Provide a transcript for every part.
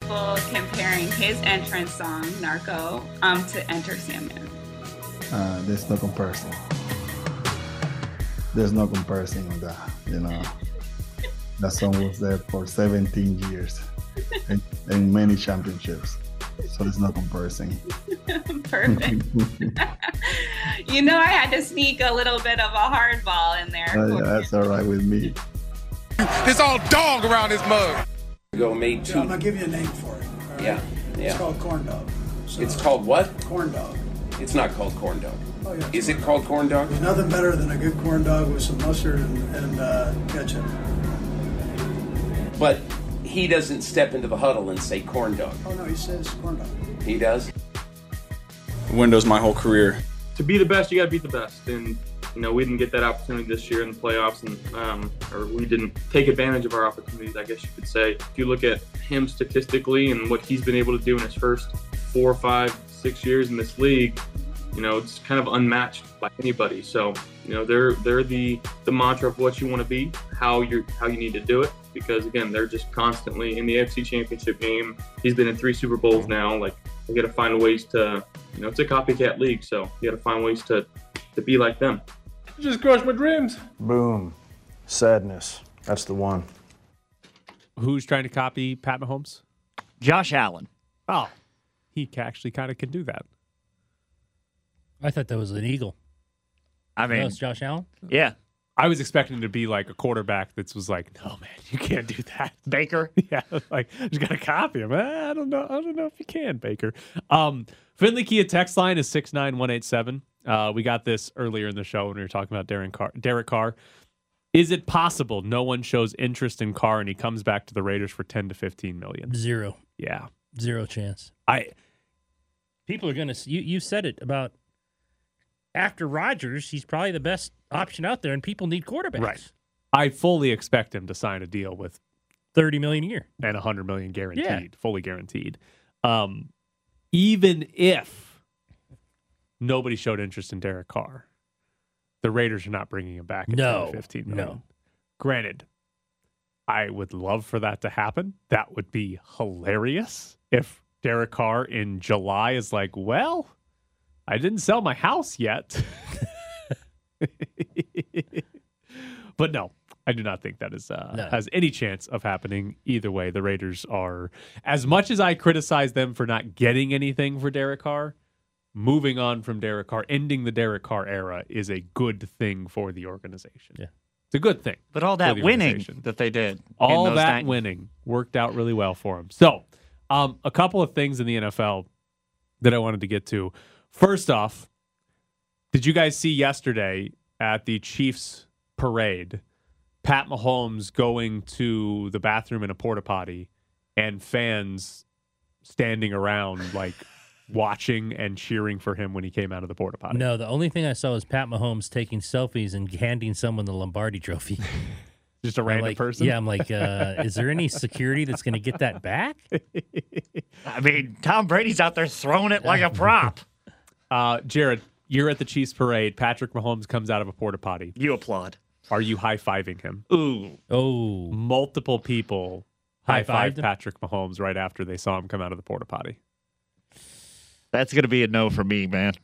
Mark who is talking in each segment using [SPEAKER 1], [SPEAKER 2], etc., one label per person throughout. [SPEAKER 1] people comparing his entrance song, Narco, um, to Enter Sandman.
[SPEAKER 2] Uh, there's no comparison. There's no comparison on that. You know, that song was there for 17 years and, and many championships. So there's no comparison.
[SPEAKER 1] Perfect. you know, I had to sneak a little bit of a hardball in there.
[SPEAKER 2] Uh, yeah, that's all right with me.
[SPEAKER 3] It's all dog around this mug.
[SPEAKER 4] Go mate
[SPEAKER 5] Yeah, I'm gonna give you a name for it. all right?
[SPEAKER 4] Yeah,
[SPEAKER 5] It's
[SPEAKER 4] yeah.
[SPEAKER 5] called corn dog. So-
[SPEAKER 4] It's called what?
[SPEAKER 5] corn dog.
[SPEAKER 4] It's not called corn dog.
[SPEAKER 5] Oh, yeah.
[SPEAKER 4] Is it called corn dog?
[SPEAKER 5] There's nothing better than a good corn dog with some mustard and, and uh, ketchup.
[SPEAKER 4] But he doesn't step into the huddle and say corn dog.
[SPEAKER 5] Oh no, he says corn dog.
[SPEAKER 4] He does.
[SPEAKER 6] Windows my whole career.
[SPEAKER 7] to be the best, you got to beat the best. And you know, we didn't get that opportunity this year in the playoffs, and um, or we didn't take advantage of our opportunities. I guess you could say. If you look at him statistically and what he's been able to do in his first four, five, six years in this league, you know, it's kind of unmatched by anybody. So you know, they're they're the the mantra of what you want to be, how you how you need to do it. Because again, they're just constantly in the AFC Championship game. He's been in three Super Bowls now. Like, we got to find ways to you know, it's a copycat league, so you got to find ways to, to be like them.
[SPEAKER 8] Just crushed my dreams.
[SPEAKER 9] Boom. Sadness. That's the one.
[SPEAKER 10] Who's trying to copy Pat Mahomes?
[SPEAKER 11] Josh Allen.
[SPEAKER 10] Oh, he ca- actually kind of can do that.
[SPEAKER 12] I thought that was an eagle.
[SPEAKER 11] I
[SPEAKER 12] No,
[SPEAKER 11] mean,
[SPEAKER 12] it's Josh Allen.
[SPEAKER 11] yeah,
[SPEAKER 10] I was expecting to be like a quarterback that was like, no man, you can't do that.
[SPEAKER 11] Baker.
[SPEAKER 10] yeah, like just gotta copy him. Ah, I don't know. I don't know if you can, Baker. Um, Finley Kia text line is six nine one eight seven. Uh, we got this earlier in the show when we were talking about Darren Carr. Derek Carr. Is it possible no one shows interest in Carr and he comes back to the Raiders for ten to fifteen million?
[SPEAKER 12] Zero.
[SPEAKER 10] Yeah,
[SPEAKER 12] Zero chance.
[SPEAKER 10] I
[SPEAKER 12] People are gonna. s- You you said it about after Rodgers, he's probably the best option out there, and people need quarterbacks.
[SPEAKER 10] Right. I fully expect him to sign a deal with
[SPEAKER 12] Thirty million a year.
[SPEAKER 10] and 100 million guaranteed, fully guaranteed. Um, even if nobody showed interest in Derek Carr, the Raiders are not bringing him back at
[SPEAKER 12] No,
[SPEAKER 10] 10 to 15
[SPEAKER 12] no.
[SPEAKER 10] million. Granted, I would love for that to happen. That would be hilarious if Derek Carr in July is like, well, I didn't sell my house yet. but no, I do not think that is uh,
[SPEAKER 12] No.
[SPEAKER 10] has any chance of happening either way. The Raiders are, as much as I criticize them for not getting anything for Derek Carr, moving on from Derek Carr, ending the Derek Carr era is a good thing for the organization.
[SPEAKER 12] Yeah.
[SPEAKER 10] It's a good thing.
[SPEAKER 11] But all
[SPEAKER 10] for
[SPEAKER 11] that
[SPEAKER 10] the
[SPEAKER 11] winning
[SPEAKER 10] organization.
[SPEAKER 11] that they did. in
[SPEAKER 10] all
[SPEAKER 11] those
[SPEAKER 10] that
[SPEAKER 11] nine-
[SPEAKER 10] winning worked out really well for him. So, um, a couple of things in the NFL that I wanted to get to. First off, did you guys see yesterday at the Chiefs parade, Pat Mahomes going to the bathroom in a porta potty and fans standing around like watching and cheering for him when he came out of the porta potty?
[SPEAKER 12] No, the only thing I saw was Pat Mahomes taking selfies and handing someone the Lombardi Trophy.
[SPEAKER 10] Just a
[SPEAKER 12] I'm
[SPEAKER 10] random
[SPEAKER 12] like,
[SPEAKER 10] person?
[SPEAKER 12] Yeah, I'm like, uh, is there any security that's going to get that back?
[SPEAKER 11] I mean, Tom Brady's out there throwing it like a prop.
[SPEAKER 10] Uh, Jared, you're at the Chiefs parade. Patrick Mahomes comes out of a porta potty.
[SPEAKER 11] you applaud.
[SPEAKER 10] Are you high fiving him?
[SPEAKER 11] Ooh,
[SPEAKER 12] Oh,
[SPEAKER 10] Multiple people high
[SPEAKER 12] High-fived
[SPEAKER 10] fived
[SPEAKER 12] him?
[SPEAKER 10] Patrick Mahomes right after they saw him come out of the porta potty.
[SPEAKER 11] that's gonna be a no for me, man.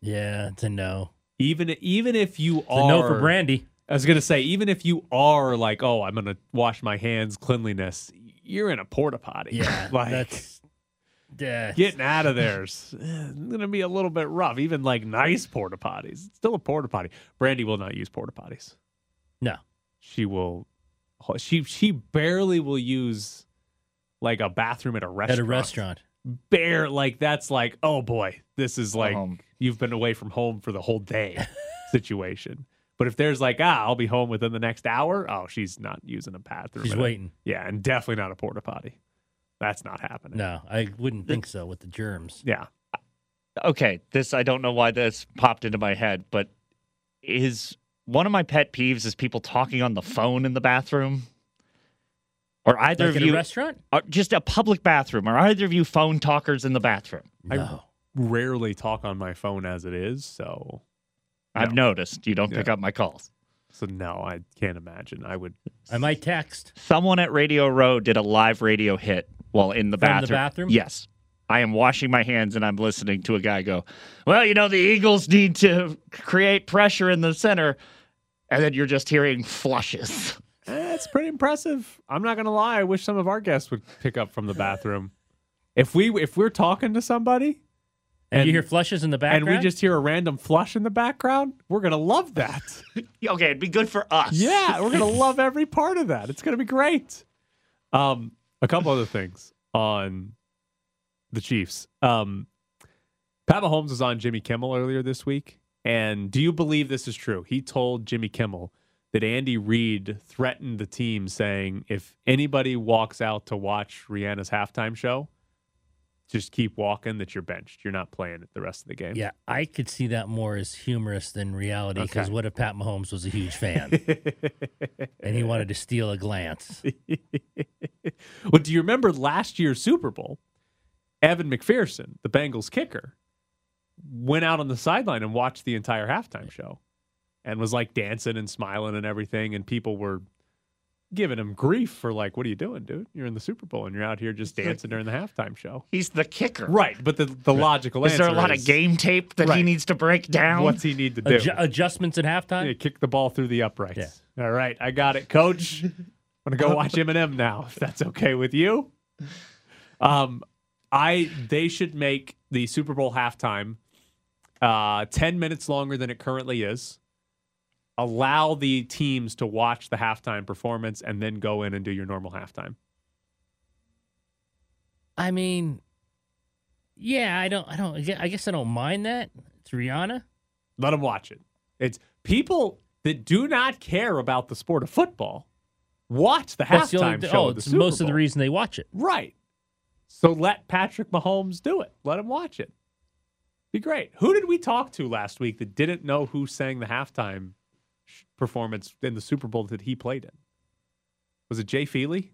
[SPEAKER 12] yeah, it's a no.
[SPEAKER 10] Even even if you
[SPEAKER 12] It's
[SPEAKER 10] are
[SPEAKER 12] a no for Brandy.
[SPEAKER 10] I was gonna say, even if you are like, oh, I'm gonna wash my hands, cleanliness, you're in a porta potty.
[SPEAKER 12] Yeah,
[SPEAKER 10] like
[SPEAKER 12] that's yeah.
[SPEAKER 10] getting out of there's eh, gonna be a little bit rough. Even like nice porta potties, it's still a porta potty. Brandy will not use porta potties.
[SPEAKER 12] No.
[SPEAKER 10] she will. She she barely will use like a bathroom at a restaurant.
[SPEAKER 12] at a restaurant.
[SPEAKER 10] bare like that's like oh boy, this is like
[SPEAKER 11] Um,
[SPEAKER 10] you've been away from home for the whole day situation. But if there's like ah, I'll be home within the next hour. Oh, she's not using a bathroom.
[SPEAKER 12] She's
[SPEAKER 10] at a-
[SPEAKER 12] waiting.
[SPEAKER 10] yeah, and definitely not a porta potty. That's not happening.
[SPEAKER 12] No, I wouldn't think so with the germs.
[SPEAKER 10] Yeah.
[SPEAKER 11] okay, this I don't know why this popped into my head, but is one of my pet peeves is people talking on the phone in the bathroom. Or either
[SPEAKER 12] Like
[SPEAKER 11] of
[SPEAKER 12] at a
[SPEAKER 11] you,
[SPEAKER 12] restaurant?
[SPEAKER 11] or just a public bathroom. Are either of you phone talkers in the bathroom?
[SPEAKER 10] I-
[SPEAKER 12] No.
[SPEAKER 10] Rarely talk on my phone as it is, so
[SPEAKER 11] I've noticed you don't pick
[SPEAKER 10] Yeah.
[SPEAKER 11] up my calls.
[SPEAKER 10] so no, I can't imagine. I would
[SPEAKER 12] I might text.
[SPEAKER 11] Someone at Radio Row did a live radio hit while in the
[SPEAKER 12] From the
[SPEAKER 11] bathroom.
[SPEAKER 12] bathroom?
[SPEAKER 11] Yes. I am washing my hands and I'm listening to a guy go, Well, you know, the Eagles need to create pressure in the center. And then you're just hearing flushes.
[SPEAKER 10] That's pretty impressive. I'm not gonna lie. I wish some of our guests would pick up from the bathroom. If we if we're talking to somebody,
[SPEAKER 12] And, you hear flushes in the background.
[SPEAKER 10] and we just hear a random flush in the background, we're gonna love that.
[SPEAKER 11] okay, it'd be good for us.
[SPEAKER 10] Yeah, we're gonna love every part of that. It's gonna be great. Um, a couple other things on the Chiefs. Um, Pat Mahomes was on Jimmy Kimmel earlier this week, and do you believe this is true? He told Jimmy Kimmel that Andy Reid threatened the team, saying if anybody walks out to watch Rihanna's halftime show, just keep walking. That you're benched. You're not playing it the rest of the game.
[SPEAKER 12] yeah, I could see that more as humorous than reality. Because
[SPEAKER 10] Okay.
[SPEAKER 12] what if Pat Mahomes was a huge fan and he wanted to steal a glance?
[SPEAKER 10] well, do you remember last year's Super Bowl? Evan McPherson, the Bengals kicker, went out on the sideline and watched the entire halftime show and was like dancing and smiling and everything. And people were giving him grief for, like, what are you doing, dude? You're in the Super Bowl and you're out here just dancing during the halftime show.
[SPEAKER 11] He's the kicker.
[SPEAKER 10] Right. But the, the logical
[SPEAKER 11] Is there a
[SPEAKER 10] answer
[SPEAKER 11] lot
[SPEAKER 10] is-
[SPEAKER 11] of game tape that he
[SPEAKER 10] Right.
[SPEAKER 11] needs to break down?
[SPEAKER 10] What's he need to do?
[SPEAKER 12] Adju- adjustments at halftime.
[SPEAKER 10] Yeah, kick the ball through the uprights. All right, I got it, coach. I'm gonna go watch Eminem now, if that's okay with you. Um, I they should make the Super Bowl halftime uh, ten minutes longer than it currently is. Allow the teams to watch the halftime performance and then go in and do your normal halftime.
[SPEAKER 12] I mean, yeah, I don't, I don't, I gue- I guess I don't mind that. It's Rihanna.
[SPEAKER 10] Let them watch it. It's people that do not care about the sport of football watch the
[SPEAKER 12] That's the only
[SPEAKER 10] halftime
[SPEAKER 12] thi-
[SPEAKER 10] show.
[SPEAKER 12] oh,
[SPEAKER 10] of the
[SPEAKER 12] it's
[SPEAKER 10] Super
[SPEAKER 12] most of the
[SPEAKER 10] Bowl.
[SPEAKER 12] reason they watch it.
[SPEAKER 10] Right. So let Patrick Mahomes do it. Let him watch it. Be great. Who did we talk to last week that didn't know who sang the halftime sh- performance in the Super Bowl that he played in? Was it Jay Feely?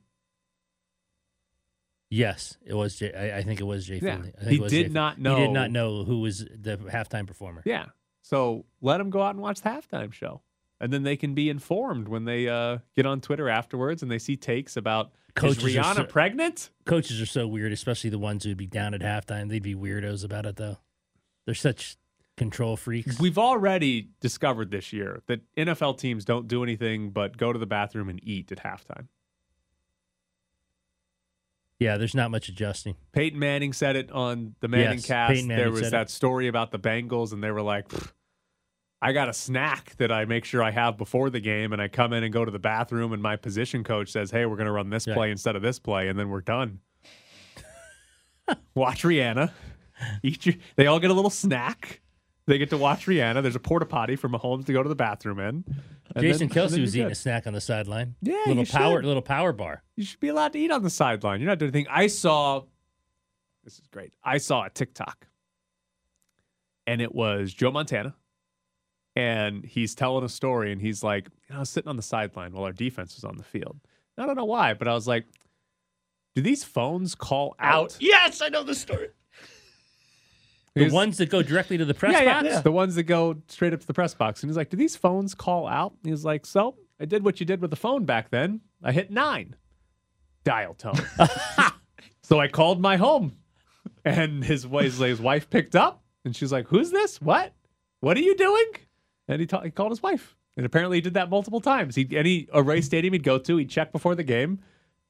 [SPEAKER 12] Yes, it was. Jay, I, I think it was Jay
[SPEAKER 10] Yeah.
[SPEAKER 12] Finley. I think
[SPEAKER 10] He
[SPEAKER 12] it was
[SPEAKER 10] did
[SPEAKER 12] Jay Finley.
[SPEAKER 10] not
[SPEAKER 12] He
[SPEAKER 10] know-
[SPEAKER 12] did not know who was the halftime performer.
[SPEAKER 10] Yeah. So let him go out and watch the halftime show. And then they can be informed when they uh, get on Twitter afterwards and they see takes about
[SPEAKER 12] Coaches are
[SPEAKER 10] is Rihanna
[SPEAKER 12] so-
[SPEAKER 10] pregnant?
[SPEAKER 12] Coaches are so weird, especially the ones who'd be down at halftime. They'd be weirdos about it, though. They're such control freaks.
[SPEAKER 10] We've already discovered this year that NFL teams don't do anything but go to the bathroom and eat at halftime.
[SPEAKER 12] Yeah, there's not much adjusting.
[SPEAKER 10] Peyton Manning said it on the Manning
[SPEAKER 12] Yes,
[SPEAKER 10] cast.
[SPEAKER 12] Peyton Manning
[SPEAKER 10] There was
[SPEAKER 12] said it.
[SPEAKER 10] that story about the Bengals, and they were like, "Pfft, I got a snack that I make sure I have before the game, and I come in and go to the bathroom, and my position coach says, Hey, we're going to run this
[SPEAKER 12] Yeah.
[SPEAKER 10] play instead of this play, and then we're done. watch Rihanna. Eat your, they all get a little snack. They get to watch Rihanna. There's a porta potty for Mahomes to go to the bathroom in. and
[SPEAKER 12] Jason
[SPEAKER 10] then- and
[SPEAKER 12] Kelsey
[SPEAKER 10] then
[SPEAKER 12] was
[SPEAKER 10] you're
[SPEAKER 12] eating
[SPEAKER 10] good.
[SPEAKER 12] a snack on the sideline.
[SPEAKER 10] Yeah,
[SPEAKER 12] little
[SPEAKER 10] you
[SPEAKER 12] power,
[SPEAKER 10] should.
[SPEAKER 12] little power bar.
[SPEAKER 10] You should be allowed to eat on the sideline. You're not doing anything. I saw this is great. I saw a TikTok. And it was Joe Montana. And he's telling a story and he's like, you know, I was sitting on the sideline while our defense was on the field. And I don't know why, but I was like, do these phones call out?
[SPEAKER 11] Yes, I know the story.
[SPEAKER 12] The
[SPEAKER 10] He's-
[SPEAKER 12] ones that go directly to the press
[SPEAKER 10] yeah,
[SPEAKER 12] box.
[SPEAKER 10] Yeah, the ones that go straight up to the press box. And he's like, Do these phones call out? And he's like, So I did what you did with the phone back then. I hit nine dial tone. so I called my home. And his, his, his wife picked up and she's like, Who's this? What? What are you doing? And he, ta- he called his wife. And apparently he did that multiple times. He any array stadium he'd go to, he'd check before the game,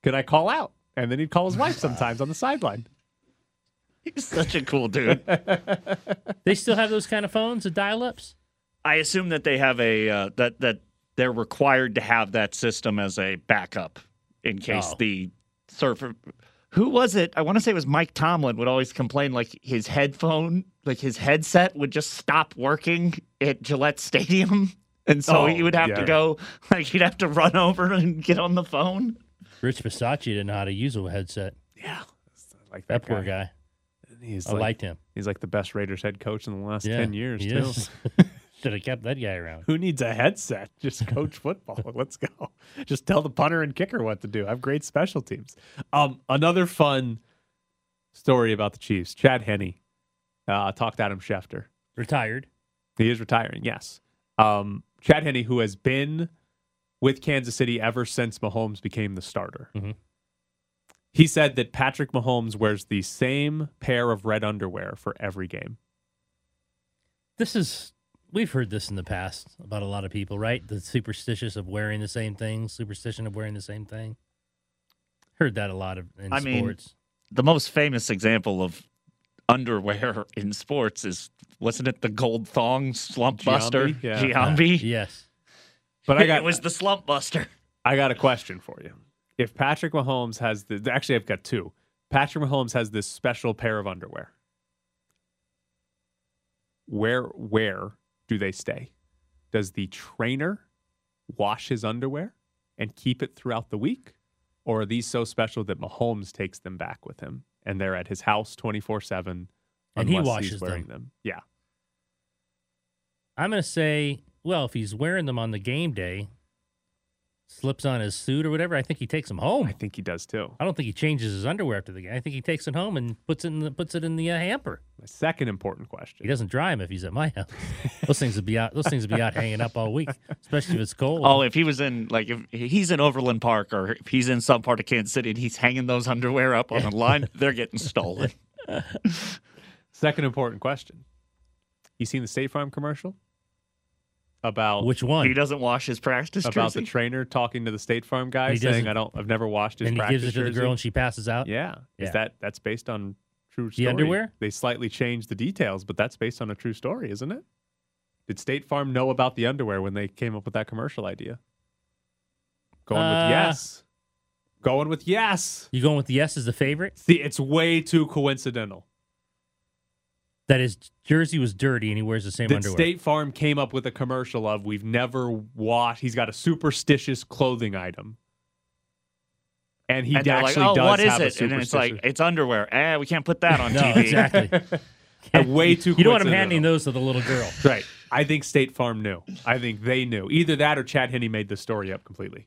[SPEAKER 10] could I call out? And then he'd call his wife sometimes on the sideline.
[SPEAKER 11] He's such a cool dude.
[SPEAKER 12] They still have those kind of phones, the dial-ups.
[SPEAKER 11] I assume that they have a uh, that that they're required to have that system as a backup in case
[SPEAKER 12] Oh.
[SPEAKER 11] the surfer. Who was it? I want to say it was Mike Tomlin would always complain like his headphone, like his headset would just stop working at Gillette Stadium, and so
[SPEAKER 12] Oh,
[SPEAKER 11] he would have
[SPEAKER 12] yeah.
[SPEAKER 11] to go like he'd have to run over and get on the phone.
[SPEAKER 12] Rich Bisacci didn't know how to use a headset.
[SPEAKER 10] Yeah. I Like
[SPEAKER 12] That poor guy.
[SPEAKER 10] He's
[SPEAKER 12] I liked him.
[SPEAKER 10] He's like the best Raiders head coach in the last
[SPEAKER 12] Yeah,
[SPEAKER 10] 10 years,
[SPEAKER 12] he
[SPEAKER 10] too.
[SPEAKER 12] is. Should have kept that guy around.
[SPEAKER 10] Who needs a headset? Just coach football. Let's go. Just tell the punter and kicker what to do. I have great special teams. Um, another fun story about the Chiefs. Chad Henney uh, talked Adam Schefter.
[SPEAKER 12] Retired.
[SPEAKER 10] He is retiring, yes. Um, Chad Henney, who has
[SPEAKER 12] Mm-hmm.
[SPEAKER 10] been with Kansas City ever since Mahomes became the starter. He said that Patrick Mahomes wears the same pair of red underwear for every game.
[SPEAKER 12] This is we've heard this in the past about a lot of people, right? The superstitious of wearing the same thing, superstition of wearing the same thing. Heard that a lot of in
[SPEAKER 11] I
[SPEAKER 12] sports.
[SPEAKER 11] mean, the most famous example of underwear in sports is wasn't it the gold thong slump buster
[SPEAKER 10] Giambi? Yeah.
[SPEAKER 11] Giambi?
[SPEAKER 12] yes.
[SPEAKER 10] But I got
[SPEAKER 11] it was the slump buster.
[SPEAKER 10] I got a question for you. If Patrick Mahomes has the actually I've got two. Patrick Mahomes has this special pair of underwear. Where where do they stay? Does the trainer wash his underwear and keep it throughout the week? Or are these so special that Mahomes takes them back with him and they're at his house 24 7
[SPEAKER 12] And he
[SPEAKER 10] he's
[SPEAKER 12] washes
[SPEAKER 10] wearing
[SPEAKER 12] them.
[SPEAKER 10] them? Yeah.
[SPEAKER 12] I'm gonna say, well, if he's wearing them on the game day, slips on his suit or whatever, I think he takes them home. I
[SPEAKER 10] think he does too.
[SPEAKER 12] I don't think he changes his underwear after the game. I think he takes it home and puts it in the puts it in the uh, hamper.
[SPEAKER 10] My second important question.
[SPEAKER 12] He doesn't dry them if he's at my house. Those things would be out. Those things would be out hanging up all week, especially if it's cold.
[SPEAKER 11] Oh, if he was in like if he's in Overland Park or if he's in some part of Kansas City and he's hanging those underwear up on a line, they're getting stolen.
[SPEAKER 10] Second important question. You seen the State Farm commercial? About
[SPEAKER 12] Which one?
[SPEAKER 11] He doesn't wash his practice
[SPEAKER 10] about the
[SPEAKER 11] jersey.
[SPEAKER 10] trainer talking to the State Farm guy
[SPEAKER 12] He
[SPEAKER 10] saying,
[SPEAKER 12] doesn't-
[SPEAKER 10] "I don't, I've never washed his."
[SPEAKER 12] and he
[SPEAKER 10] practice
[SPEAKER 12] gives it to the
[SPEAKER 10] jersey."
[SPEAKER 12] girl and she passes out.
[SPEAKER 10] Yeah.
[SPEAKER 12] Yeah.
[SPEAKER 10] is that that's based on true story?
[SPEAKER 12] underwear?
[SPEAKER 10] They slightly changed the details, but that's based on a true story, isn't it? Did State Farm know about the underwear when they came up with that commercial idea? Going
[SPEAKER 12] Uh,
[SPEAKER 10] with yes. Going with yes.
[SPEAKER 12] You going with the yes as the favorite?
[SPEAKER 10] See, it's way too coincidental
[SPEAKER 12] That his jersey was dirty and he wears the same
[SPEAKER 10] that
[SPEAKER 12] underwear.
[SPEAKER 10] State Farm came up with a commercial of we've never washed. He's got a superstitious clothing item, and he
[SPEAKER 11] and they're like,
[SPEAKER 10] actually
[SPEAKER 11] oh,
[SPEAKER 10] does
[SPEAKER 11] what is
[SPEAKER 10] have
[SPEAKER 11] it?
[SPEAKER 10] a
[SPEAKER 11] And then it's like,
[SPEAKER 10] superstition.
[SPEAKER 11] it's underwear. Eh, we can't put that on
[SPEAKER 12] No,
[SPEAKER 11] TV.
[SPEAKER 12] exactly.
[SPEAKER 10] way too.
[SPEAKER 12] You don't want him
[SPEAKER 10] coincidental.
[SPEAKER 12] handing those to the little girl.
[SPEAKER 10] Right. I think State Farm knew. I think they knew. Either that or Chad Henney made the story up completely.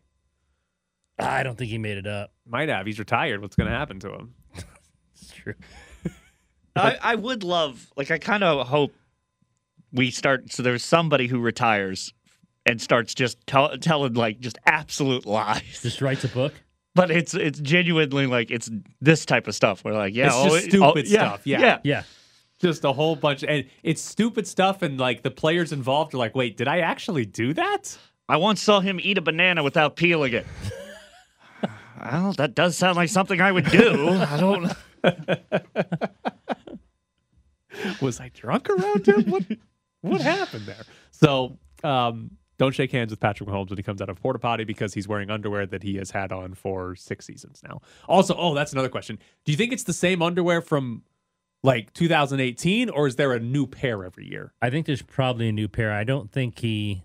[SPEAKER 12] I don't think he made it up.
[SPEAKER 10] Might have. He's retired. What's going to happen to him?
[SPEAKER 12] It's true.
[SPEAKER 11] I, I would love, like, I kind of hope we start. So there's somebody who retires and starts just tell, telling like just absolute lies,
[SPEAKER 12] Just writes a book.
[SPEAKER 11] but it's it's genuinely like it's this type of stuff. We're like, yeah,
[SPEAKER 10] It's
[SPEAKER 11] oh,
[SPEAKER 10] just
[SPEAKER 11] it- oh,
[SPEAKER 10] stupid
[SPEAKER 11] yeah,
[SPEAKER 10] stuff. Yeah.
[SPEAKER 11] yeah,
[SPEAKER 12] Yeah.
[SPEAKER 10] Just a whole bunch. And it's stupid stuff. And like the players involved are like, wait, did I actually do that?
[SPEAKER 11] I once saw him eat a banana without peeling it. well, that does sound like something I would do. I don't.
[SPEAKER 10] Was I drunk around him? What, what happened there? So um, don't shake hands with Patrick Mahomes when he comes out of porta potty because he's wearing underwear that he has had on for six seasons now. Also, oh, that's another question. Do you think it's the same underwear from like 2018 or is there a new pair every year?
[SPEAKER 12] I think there's probably a new pair. I don't think he.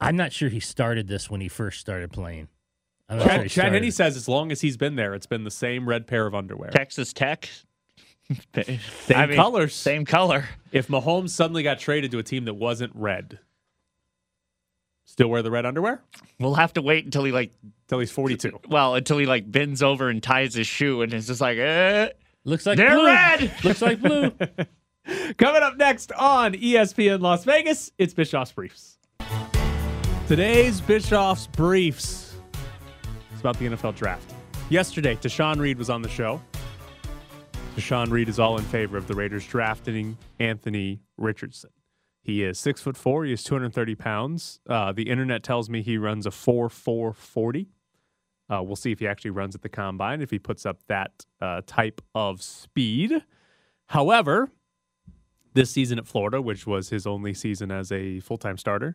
[SPEAKER 12] I'm not sure he started this when he first started playing. I'm not sure he
[SPEAKER 10] Chad, Chad
[SPEAKER 12] started
[SPEAKER 10] Henney
[SPEAKER 12] it.
[SPEAKER 10] says as long as he's been there, it's been the same red pair of underwear.
[SPEAKER 11] Texas Tech. same
[SPEAKER 10] Same colors.
[SPEAKER 11] Same color.
[SPEAKER 10] If Mahomes suddenly got traded to a team that wasn't red, still wear the red underwear
[SPEAKER 11] We'll have to wait until he like
[SPEAKER 10] until he's 42.
[SPEAKER 11] Well, until he like bends over and ties his shoe, and it's just like, eh,
[SPEAKER 12] looks like
[SPEAKER 11] they're
[SPEAKER 12] blue.
[SPEAKER 11] red.
[SPEAKER 12] Looks like blue.
[SPEAKER 10] Coming up next on E ESPN Las Vegas, it's Bischoff's Briefs. Today's Bischoff's Briefs is about the NFL draft. Yesterday, Deshaun Reed was on the show. Deshaun Reed is all in favor of the Raiders drafting Anthony Richardson. He is six foot four. He is 230 pounds. Uh, the internet tells me he runs a 4 4 40. Uh, we'll see if he actually runs at the combine, if he puts up that uh, type of speed. However, this season at Florida, which was his only season as a full time starter,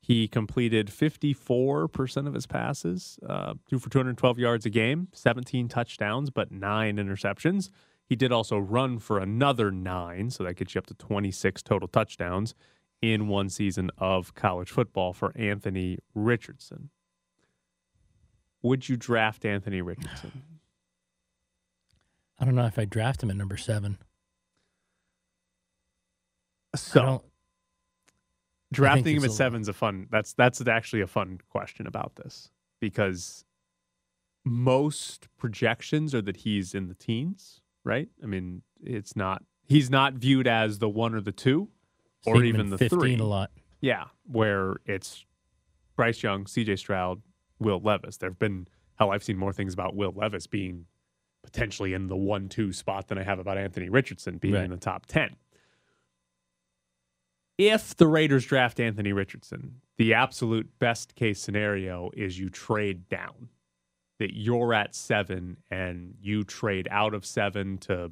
[SPEAKER 10] he completed 54% of his passes, uh, two for 212 yards a game, 17 touchdowns, but nine interceptions. He did also run for another nine, so that gets you up to 26 total touchdowns in one season of college football for Anthony Richardson. Would you draft Anthony Richardson?
[SPEAKER 12] I don't know if I draft him at number seven. I
[SPEAKER 10] So
[SPEAKER 12] don't,
[SPEAKER 10] drafting him
[SPEAKER 12] it's
[SPEAKER 10] at
[SPEAKER 12] a-
[SPEAKER 10] seven's a fun that's that's actually a fun question about this because most projections are that he's in the teens right i mean it's not he's not viewed as the one or the two
[SPEAKER 12] seeing
[SPEAKER 10] or
[SPEAKER 12] him
[SPEAKER 10] even
[SPEAKER 12] in
[SPEAKER 10] the
[SPEAKER 12] 15
[SPEAKER 10] three
[SPEAKER 12] a lot.
[SPEAKER 10] yeah where it's bryce young cj stroud will levis there have been hell i've seen more things about will levis being potentially in the one two spot than I have about Anthony Richardson being
[SPEAKER 12] Right.
[SPEAKER 10] in the top 10. If the Raiders draft Anthony Richardson, the absolute best case scenario is you trade down, that you're at seven and you trade out of seven to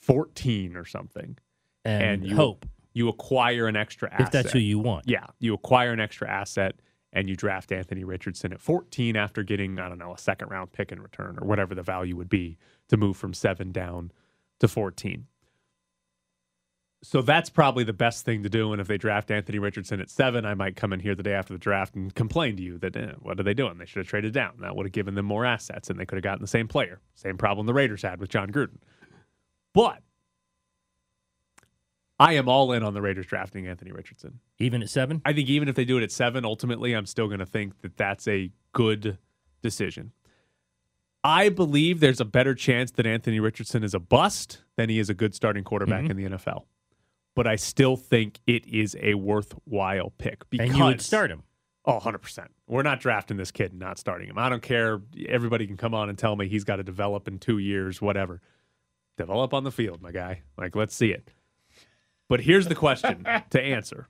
[SPEAKER 10] 14 or something.
[SPEAKER 12] And
[SPEAKER 10] you
[SPEAKER 12] hope.
[SPEAKER 10] You acquire an extra asset.
[SPEAKER 12] If that's who you want.
[SPEAKER 10] Yeah. You acquire an extra asset and you draft Anthony Richardson at 14 after getting, I don't know, a second round pick in return or whatever the value would be to move from seven down to 14. So that's probably the best thing to do. And if they draft Anthony Richardson at seven, I might come in here the day after the draft and complain to you that, eh, what are they doing? They should have traded down. That would have given them more assets and they could have gotten the same player. Same problem the Raiders had with John Gruden. But I am all in on the Raiders drafting Anthony Richardson.
[SPEAKER 12] Even at seven?
[SPEAKER 10] I think even if they do it at seven, ultimately, I'm still going to think that that's a good decision. I believe there's a better chance that Anthony Richardson is a bust than he is a good starting quarterback
[SPEAKER 12] Mhm.
[SPEAKER 10] in the NFL. But I still think it is a worthwhile pick because
[SPEAKER 12] and you would start him.
[SPEAKER 10] Oh, 100%. We're not drafting this kid and not starting him. I don't care. Everybody can come on and tell me he's got to develop in two years, whatever. Develop on the field, my guy. Like, let's see it. But here's the question to answer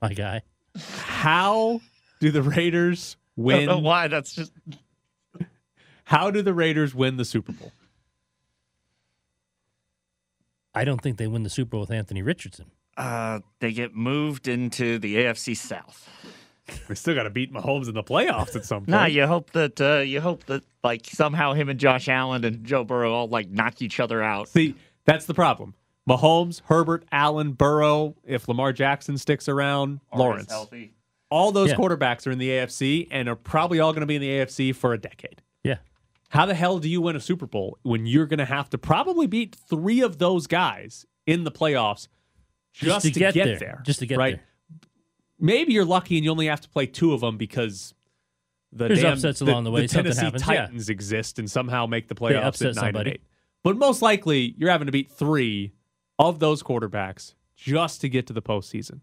[SPEAKER 12] My guy.
[SPEAKER 10] How do the Raiders
[SPEAKER 11] I
[SPEAKER 10] win?
[SPEAKER 11] don't know why. That's just
[SPEAKER 10] How do the Raiders win the Super Bowl?
[SPEAKER 12] I don't think they win the Super Bowl with Anthony Richardson.
[SPEAKER 11] uh, they get moved into the AFC South.
[SPEAKER 10] They still got to beat Mahomes in the playoffs at some point.
[SPEAKER 11] Nah, you hope that uh, you hope that like somehow him and Josh Allen and Joe Burrow all like knock each other out.
[SPEAKER 10] See, that's the problem. Mahomes, Herbert, Allen, Burrow, if Lamar Jackson sticks around, Lawrence.
[SPEAKER 11] healthy.
[SPEAKER 10] All those
[SPEAKER 12] Yeah.
[SPEAKER 10] quarterbacks are in the AFC and are probably all going to be in the AFC for a decade.
[SPEAKER 12] Yeah.
[SPEAKER 10] How the hell do you win a Super Bowl when you're going to have to probably beat three of those guys in the playoffs just, to, get, there.
[SPEAKER 12] Just to get
[SPEAKER 10] right?
[SPEAKER 12] there.
[SPEAKER 10] Maybe you're lucky and you only have to play two of them because the
[SPEAKER 12] There's
[SPEAKER 10] damn-
[SPEAKER 12] upsets along the way, something
[SPEAKER 10] Tennessee
[SPEAKER 12] happens, yeah.
[SPEAKER 10] Titans exist and somehow make the playoffs
[SPEAKER 12] upset
[SPEAKER 10] at nine and
[SPEAKER 12] somebody.
[SPEAKER 10] eight. But most likely, you're having to beat three of those quarterbacks just to get to the postseason.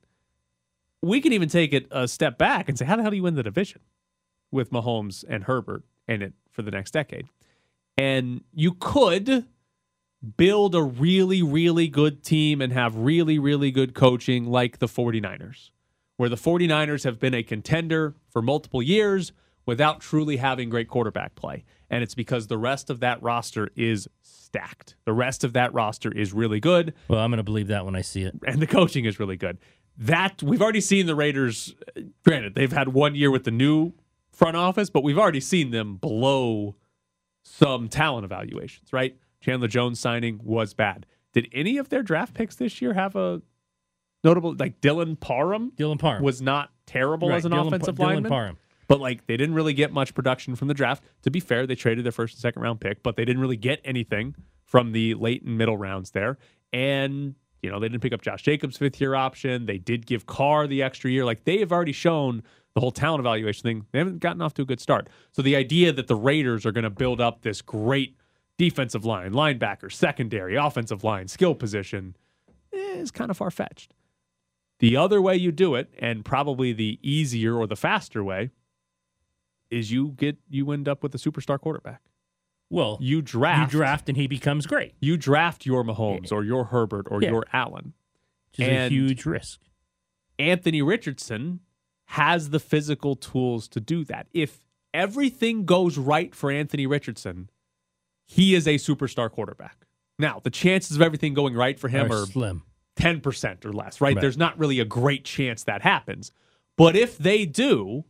[SPEAKER 10] We can even take it a step back and say, how the hell do you win the division with Mahomes and Herbert in it for the next decade? And you could build a really, really good team and have really, really good coaching like the 49ers, where the 49ers have been a contender for multiple years without truly having great quarterback play. And it's because the rest of that roster is stacked. The rest of that roster is really good
[SPEAKER 12] Well, I'm going to believe that when I see it.
[SPEAKER 10] and the coaching is really good. That we've already seen the Raiders. Granted, they've had one year with the new front office, but we've already seen them below some talent evaluations. Right? Chandler Jones signing was bad. Did any of their draft picks this year have a notable like Dylan Parham?
[SPEAKER 12] Dylan Parham
[SPEAKER 10] was not terrible
[SPEAKER 12] Right,
[SPEAKER 10] as an
[SPEAKER 12] Dylan Pa-
[SPEAKER 10] offensive
[SPEAKER 12] Dylan
[SPEAKER 10] lineman.
[SPEAKER 12] Parham.
[SPEAKER 10] But like they didn't really get much production from the draft. To be fair, they traded their first and second round pick, but they didn't really get anything from the late and middle rounds there. And you know, they didn't pick up Josh Jacobs' fifth year option. They did give Carr the extra year. Like they have already shown the whole talent evaluation thing. They haven't gotten off to a good start. So the idea that the Raiders are going to build up this great defensive line, linebacker, secondary, offensive line, skill position eh, is kind of far fetched. The other way you do it, and probably the easier or the faster way, is you get you end up with a superstar quarterback.
[SPEAKER 12] Well,
[SPEAKER 10] You draft
[SPEAKER 12] you draft and he becomes great.
[SPEAKER 10] you draft your Mahomes or your Herbert or
[SPEAKER 12] Yeah.
[SPEAKER 10] your Allen.
[SPEAKER 12] Which is
[SPEAKER 10] And-
[SPEAKER 12] a huge risk.
[SPEAKER 10] Anthony Richardson has the physical tools to do that. If everything goes right for Anthony Richardson, he is a superstar quarterback. Now, the chances of everything going right for him
[SPEAKER 12] Or
[SPEAKER 10] are
[SPEAKER 12] slim.
[SPEAKER 10] 10% or less, right?
[SPEAKER 12] Right.
[SPEAKER 10] There's not really a great chance that happens. But if they do,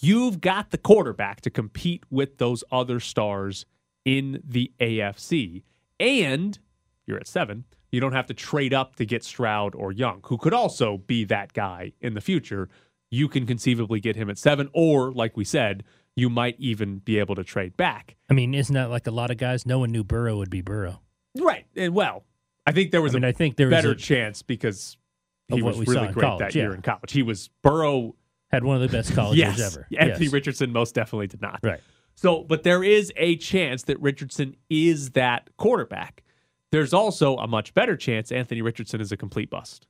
[SPEAKER 10] you've got the quarterback to compete with those other stars in the AFC. And you're at seven. You don't have to trade up to get Stroud or Young, who could also be that guy in the future. You can conceivably get him at seven, or like we said, you might even be able to trade back.
[SPEAKER 12] I mean, isn't that like a lot of guys? No one knew Burrow would be Burrow.
[SPEAKER 10] Right. And well, I think there was
[SPEAKER 12] I mean,
[SPEAKER 10] a
[SPEAKER 12] I think there was
[SPEAKER 10] better
[SPEAKER 12] a-
[SPEAKER 10] chance because
[SPEAKER 12] Of
[SPEAKER 10] he
[SPEAKER 12] what
[SPEAKER 10] was
[SPEAKER 12] we saw
[SPEAKER 10] really
[SPEAKER 12] in
[SPEAKER 10] great
[SPEAKER 12] college,
[SPEAKER 10] that
[SPEAKER 12] yeah.
[SPEAKER 10] year in college. He was Burrow
[SPEAKER 12] Had one of the best colleges
[SPEAKER 10] yes,
[SPEAKER 12] ever.
[SPEAKER 10] Anthony
[SPEAKER 12] Yes.
[SPEAKER 10] Richardson most definitely did not.
[SPEAKER 12] Right.
[SPEAKER 10] So, but there is a chance that Richardson is that quarterback. There's also a much better chance Anthony Richardson is a complete bust.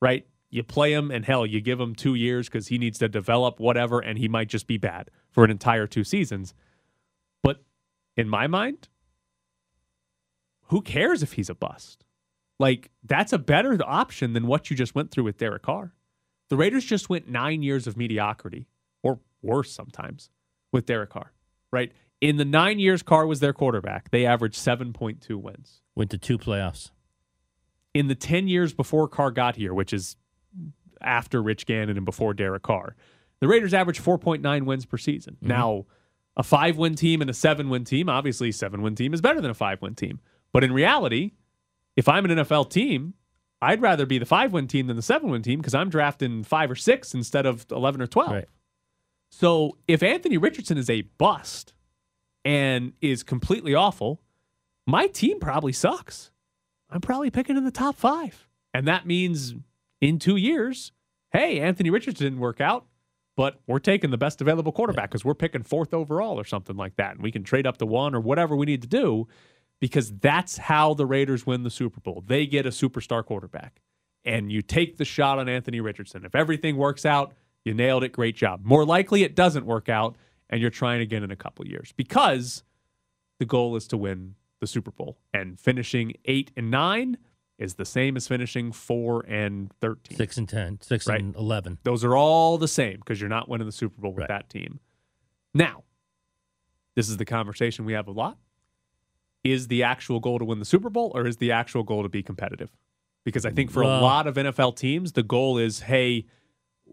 [SPEAKER 10] Right? You play him and hell, you give him 2 years cuz he needs to develop whatever and he might just be bad for an entire two seasons. But in my mind, who cares if he's a bust? Like, that's a better option than what you just went through with Derek Carr. The Raiders just went nine years of mediocrity, or worse sometimes, with Derek Carr, right? In the nine years Carr was their quarterback, they averaged 7.2 wins.
[SPEAKER 12] Went to two playoffs.
[SPEAKER 10] In the 10 years before Carr got here, which is after Rich Gannon and before Derek Carr, the Raiders averaged 4.9 wins per season.
[SPEAKER 12] Mhm.
[SPEAKER 10] Now, a five win team and a seven win team, obviously, a seven win team is better than a five win team. But in reality, if I'm an NFL team, I'd rather be the five win team than the seven win team because I'm drafting five or six instead of 11 or 12. So if Anthony Richardson is a bust and is completely awful, my team probably sucks. I'm probably picking in the top five. And that means in two years, hey, Anthony Richardson didn't work out, but we're taking the best available quarterback because we're picking fourth overall or something like that. And we can trade up to one or whatever we need to do because that's how the Raiders win the Super Bowl. They get a superstar quarterback. And you take the shot on Anthony Richardson. If everything works out, you nailed it. Great job. More likely, it doesn't work out, and you're trying again in a couple years because the goal is to win the Super Bowl. And finishing eight and nine is the same as finishing four and 13.
[SPEAKER 12] Six and 10, six
[SPEAKER 10] Right.
[SPEAKER 12] and 11.
[SPEAKER 10] Those are all the same because you're not winning the Super Bowl with that team. Now, this is the conversation we have a lot. Is the actual goal to win the Super Bowl or is the actual goal to be competitive? Because I think for a
[SPEAKER 12] Well-
[SPEAKER 10] lot of NFL teams, the goal is hey,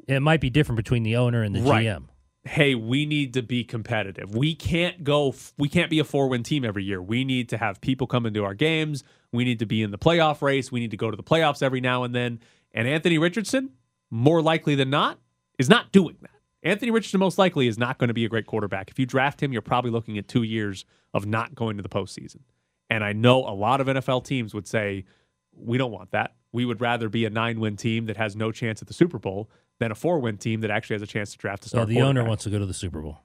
[SPEAKER 12] It might be different between the owner and the
[SPEAKER 10] Right.
[SPEAKER 12] GM.
[SPEAKER 10] hey, we need to be competitive. We can't go, f- we can't be a four win team every year. We need to have people come into our games. We need to be in the playoff race. We need to go to the playoffs every now and then. And Anthony Richardson, more likely than not, is not doing that. Anthony Richardson, most likely, is not going to be a great quarterback. If you draft him, you're probably looking at two years of not going to the postseason. And I know a lot of NFL teams would say, we don't want that. We would rather be a nine win team that has no chance at the Super Bowl than a four win team that actually has a chance to draft a
[SPEAKER 12] So
[SPEAKER 10] star
[SPEAKER 12] the owner
[SPEAKER 10] quarterback.
[SPEAKER 12] wants to go to the Super Bowl.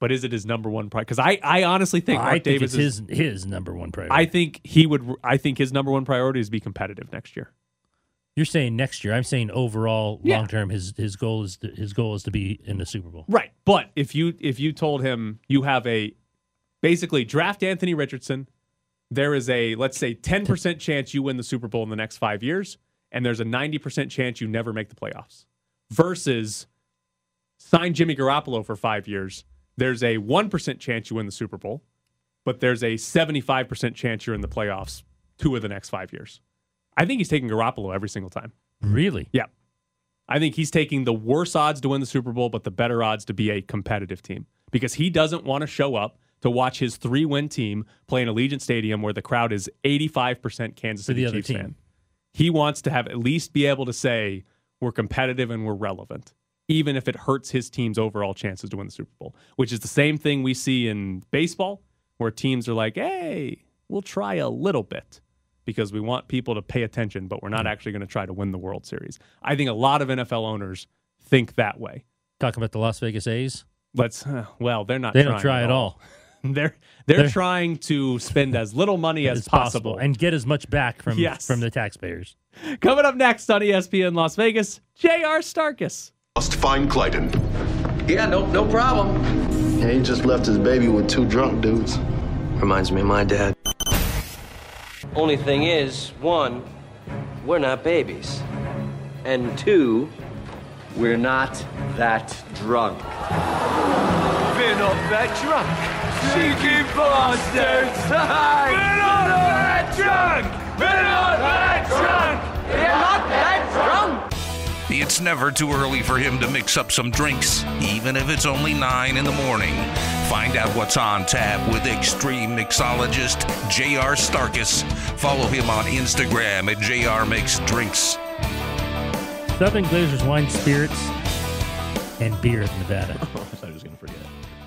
[SPEAKER 10] But is it his number one priority? Because I, I honestly think
[SPEAKER 12] I
[SPEAKER 10] Mark
[SPEAKER 12] think it's
[SPEAKER 10] Davis is
[SPEAKER 12] his- his number one priority.
[SPEAKER 10] I think he would. I think his number one priority is be competitive next year.
[SPEAKER 12] You're saying next year. I'm saying overall,
[SPEAKER 10] Yeah.
[SPEAKER 12] long term, his his goal is to, his goal is to be in the Super Bowl.
[SPEAKER 10] Right. But if you if you told him you have a basically draft Anthony Richardson, there is a let's say ten percent chance you win the Super Bowl in the next five years, and there's a ninety percent chance you never make the playoffs. Versus sign Jimmy Garoppolo for five years, there's a one percent chance you win the Super Bowl, but there's a seventy-five percent chance you're in the playoffs two of the next five years. I think he's taking Garoppolo every single time.
[SPEAKER 12] Really?
[SPEAKER 10] Yeah. I think he's taking the worse odds to win the Super Bowl, but the better odds to be a competitive team because he doesn't want to show up to watch his three win team play in Allegiant Stadium where the crowd is 85% Kansas
[SPEAKER 12] To the
[SPEAKER 10] City
[SPEAKER 12] other
[SPEAKER 10] Chiefs
[SPEAKER 12] team.
[SPEAKER 10] fan. He wants to have at least be able to say, we're competitive and we're relevant, even if it hurts his team's overall chances to win the Super Bowl, which is the same thing we see in baseball where teams are like, hey, we'll try a little bit because we want people to pay attention, but we're
[SPEAKER 13] Mm-hmm.
[SPEAKER 10] not actually going to try to win the World Series. I think a lot of NFL owners think that way.
[SPEAKER 12] Talking about the Las Vegas A's.
[SPEAKER 10] Let's well, they're not.
[SPEAKER 12] They don't
[SPEAKER 10] trying
[SPEAKER 12] try at all.
[SPEAKER 10] they're, they're
[SPEAKER 12] They're-
[SPEAKER 10] trying to spend as little money as,
[SPEAKER 12] It's possible.
[SPEAKER 10] possible.
[SPEAKER 12] and get as much back from
[SPEAKER 10] Yes.
[SPEAKER 12] from the taxpayers.
[SPEAKER 10] Coming up next on E ESPN Las Vegas, J.R. Starkus.
[SPEAKER 14] Must find Clayton.
[SPEAKER 15] Yeah, no, no problem. Yeah, he just left his baby with two drunk dudes. Reminds me of my dad. Only thing is, one, we're not babies. And two, we're not that drunk. Been off that drunk. Cheeky bastards! Been on that drunk! Been on that drunk! They're not that drunk!
[SPEAKER 16] It's never too early for him to mix up some drinks, even if it's only 9 in the morning. Find out what's on tap with extreme mixologist J.R. Starkus. Follow him on Instagram at J.R. Makes Drinks.
[SPEAKER 12] Southern Glazers Wine Spirits and Beer of Nevada.
[SPEAKER 11] I was going to forget.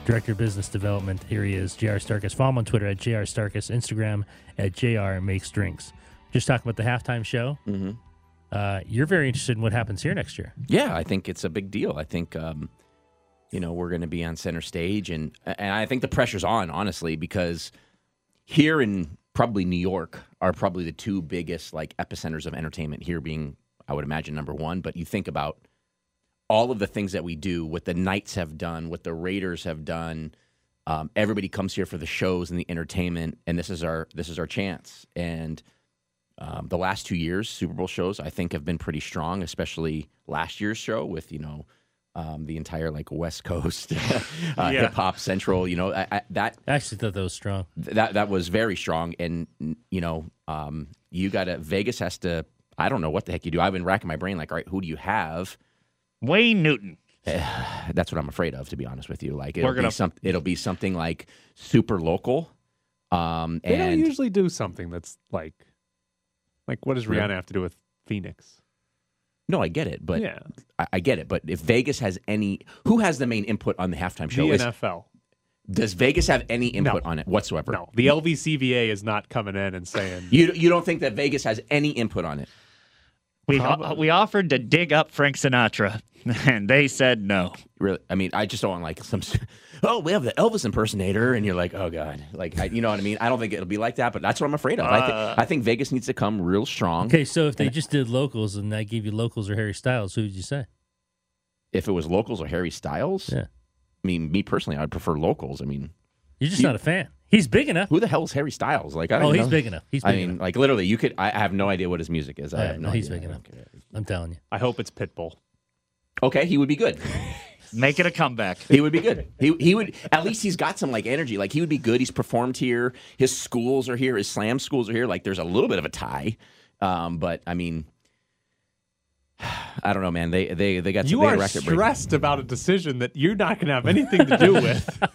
[SPEAKER 12] Director of Business Development. Here he is, JR Starkus. Follow him on Twitter at JR Starkus, Instagram at JR Makes Drinks. Just talking about the halftime show.
[SPEAKER 13] Mhm.
[SPEAKER 12] Uh, you're very interested in what happens here next year.
[SPEAKER 13] Yeah, I think it's a big deal. I think um, you know we're going to be on center stage, and and I think the pressure's on, honestly, because here in probably New York are probably the two biggest like epicenters of entertainment. Here being, I would imagine, number one. But you think about all of the things that we do, what the Knights have done, what the Raiders have done, Um, everybody comes here for the shows and the entertainment, and this is our this is our chance. And um, the last two years, Super Bowl shows, I think, have been pretty strong, especially last year's show with you know um, the entire like West Coast uh,
[SPEAKER 12] Yeah.
[SPEAKER 13] hip hop central. You know I, I, that
[SPEAKER 12] I actually thought that was strong.
[SPEAKER 13] th- that that was very strong. And n- you know, um, you got to Vegas has to. I don't know what the heck you do. I've been racking my brain like, all right, who do you have?
[SPEAKER 11] Wayne Newton.
[SPEAKER 13] That's what I'm afraid of, to be honest with you. Like
[SPEAKER 11] We're
[SPEAKER 13] it'll
[SPEAKER 11] gonna-
[SPEAKER 13] be some, it'll be something like super local. Um,
[SPEAKER 10] They don't
[SPEAKER 13] and
[SPEAKER 10] usually do something that's like, like what does
[SPEAKER 13] Yeah.
[SPEAKER 10] Rihanna have to do with Phoenix?
[SPEAKER 13] no, I get it, but
[SPEAKER 10] Yeah.
[SPEAKER 13] I, I get it. But if Vegas has any, who has the main input on the halftime show?
[SPEAKER 10] The
[SPEAKER 13] Is-
[SPEAKER 10] NFL.
[SPEAKER 13] Does Vegas have any input on it whatsoever?
[SPEAKER 10] No, the LVCVA is not coming in and saying
[SPEAKER 13] You you don't think that Vegas has any input on it?
[SPEAKER 11] We we offered to dig up Frank Sinatra, and they said no.
[SPEAKER 13] Really, I mean, I just don't want like some. Oh, we have the Elvis impersonator, and you're like, oh god, like I, you know what I mean. I don't think it'll be like that, but that's what I'm afraid of. I,
[SPEAKER 12] Uh.
[SPEAKER 13] th- I think Vegas needs to come real strong.
[SPEAKER 12] Okay, so if they just did locals and I gave you locals or Harry Styles, who would you say?
[SPEAKER 13] If it was locals or Harry Styles, yeah. I mean, me personally, I'd prefer locals. I mean,
[SPEAKER 12] you're just
[SPEAKER 13] You-
[SPEAKER 12] not a fan. He's big enough.
[SPEAKER 13] Who the hell is Harry Styles? Like, I don't
[SPEAKER 12] Oh,
[SPEAKER 13] even
[SPEAKER 12] he's
[SPEAKER 13] know.
[SPEAKER 12] big enough. He's
[SPEAKER 13] I
[SPEAKER 12] big
[SPEAKER 13] mean, like literally, you could. I I have no idea what his music is. I
[SPEAKER 12] Yeah,
[SPEAKER 13] have no.
[SPEAKER 12] no, he's
[SPEAKER 13] idea.
[SPEAKER 12] big enough. I'm telling you.
[SPEAKER 13] I hope it's Pitbull. Okay, he would be good.
[SPEAKER 11] Make it a comeback.
[SPEAKER 13] He would be good. He he would at least he's got some like energy. Like he would be good. He's performed here. His schools are here. His slam schools are here. Like there's a little bit of a tie, um, but I mean, I don't know, man. They they they got
[SPEAKER 10] you
[SPEAKER 13] they
[SPEAKER 10] are
[SPEAKER 13] racked it break.
[SPEAKER 10] stressed about a decision that you're not going to have anything to do with,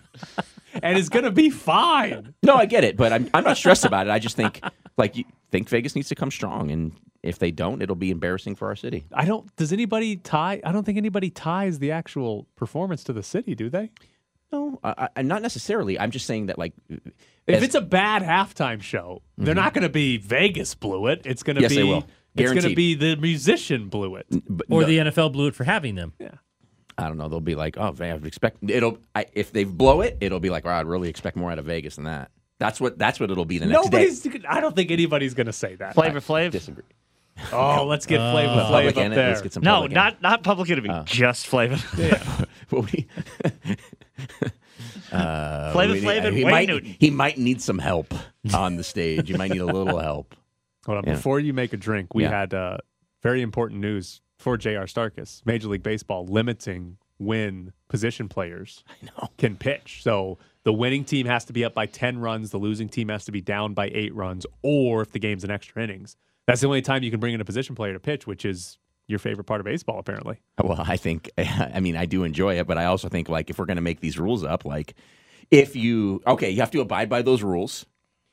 [SPEAKER 10] and it's going to be fine.
[SPEAKER 13] No, I get it, but I'm I'm not stressed about it. I just think like you think Vegas needs to come strong, and if they don't, it'll be embarrassing for our city.
[SPEAKER 10] I don't. Does anybody tie? I don't think anybody ties the actual performance to the city, do they?
[SPEAKER 13] No, I, I, not necessarily. I'm just saying that like
[SPEAKER 10] If
[SPEAKER 13] as- Mm-hmm.
[SPEAKER 10] it's a bad halftime show, they're not going to be Vegas blew it. It's going to
[SPEAKER 13] Yes,
[SPEAKER 10] be
[SPEAKER 13] they will.
[SPEAKER 10] it's going to
[SPEAKER 13] Guaranteed.
[SPEAKER 10] be the musician blew it.
[SPEAKER 12] Or the NFL blew it for having them.
[SPEAKER 10] Yeah.
[SPEAKER 13] I don't know. They'll be like, oh, man, I would expect it'll. I, if they blow it, it'll be like, wow, I'd really expect more out of Vegas than that. That's what. That's what it'll be the next
[SPEAKER 10] Nobody's.
[SPEAKER 13] day.
[SPEAKER 10] I don't think anybody's going to say that.
[SPEAKER 11] Flavor Flav.
[SPEAKER 13] Disagree.
[SPEAKER 10] Oh, let's get Flavor
[SPEAKER 11] Uh,
[SPEAKER 10] Flav up there.
[SPEAKER 11] no, not not Public Enemy. just Flavor.
[SPEAKER 13] Well, we- Uh,
[SPEAKER 11] Flavor
[SPEAKER 13] we need-
[SPEAKER 11] Flav and
[SPEAKER 13] he
[SPEAKER 11] Wayne
[SPEAKER 13] might,
[SPEAKER 11] Newton.
[SPEAKER 13] He might need some help on the stage. You might need a little help.
[SPEAKER 10] Hold on.
[SPEAKER 13] Yeah.
[SPEAKER 10] Before you make a drink, we
[SPEAKER 13] Yeah.
[SPEAKER 10] had uh, very important news for J.R. Starkus. Major League Baseball limiting when position players can pitch. So the winning team has to be up by 10 runs, the losing team has to be down by eight runs, or if the game's in extra innings. That's the only time you can bring in a position player to pitch, which is your favorite part of baseball, apparently.
[SPEAKER 13] Well, I think, I mean, I do enjoy it, but I also think, like, if we're going to make these rules up, like, if you, okay, you have to abide by those rules.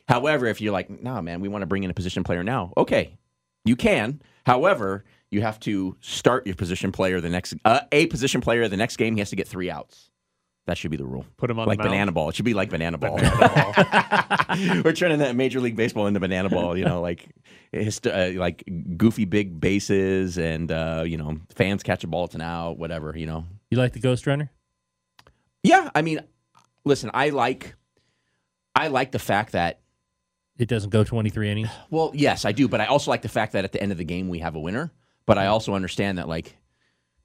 [SPEAKER 13] However, if you're like, nah, man, we want to bring in a position player now, okay, you can. However, you have to start your position player the next, uh, a position player the next game, he has to get three outs. That should be the rule.
[SPEAKER 10] Put him on the
[SPEAKER 13] like
[SPEAKER 10] mound.
[SPEAKER 13] banana ball. It should be like banana ball. We're turning that Major League Baseball into banana ball. You know, like hist- uh, like goofy big bases, and uh, you know, fans catch a ball to now, whatever. You know,
[SPEAKER 12] You like the Ghost Runner?
[SPEAKER 13] yeah. I mean, listen, I like, I like the fact that
[SPEAKER 12] It doesn't go 23 innings.
[SPEAKER 13] Well, yes, I do, but I also like the fact that at the end of the game we have a winner. But I also understand that, like,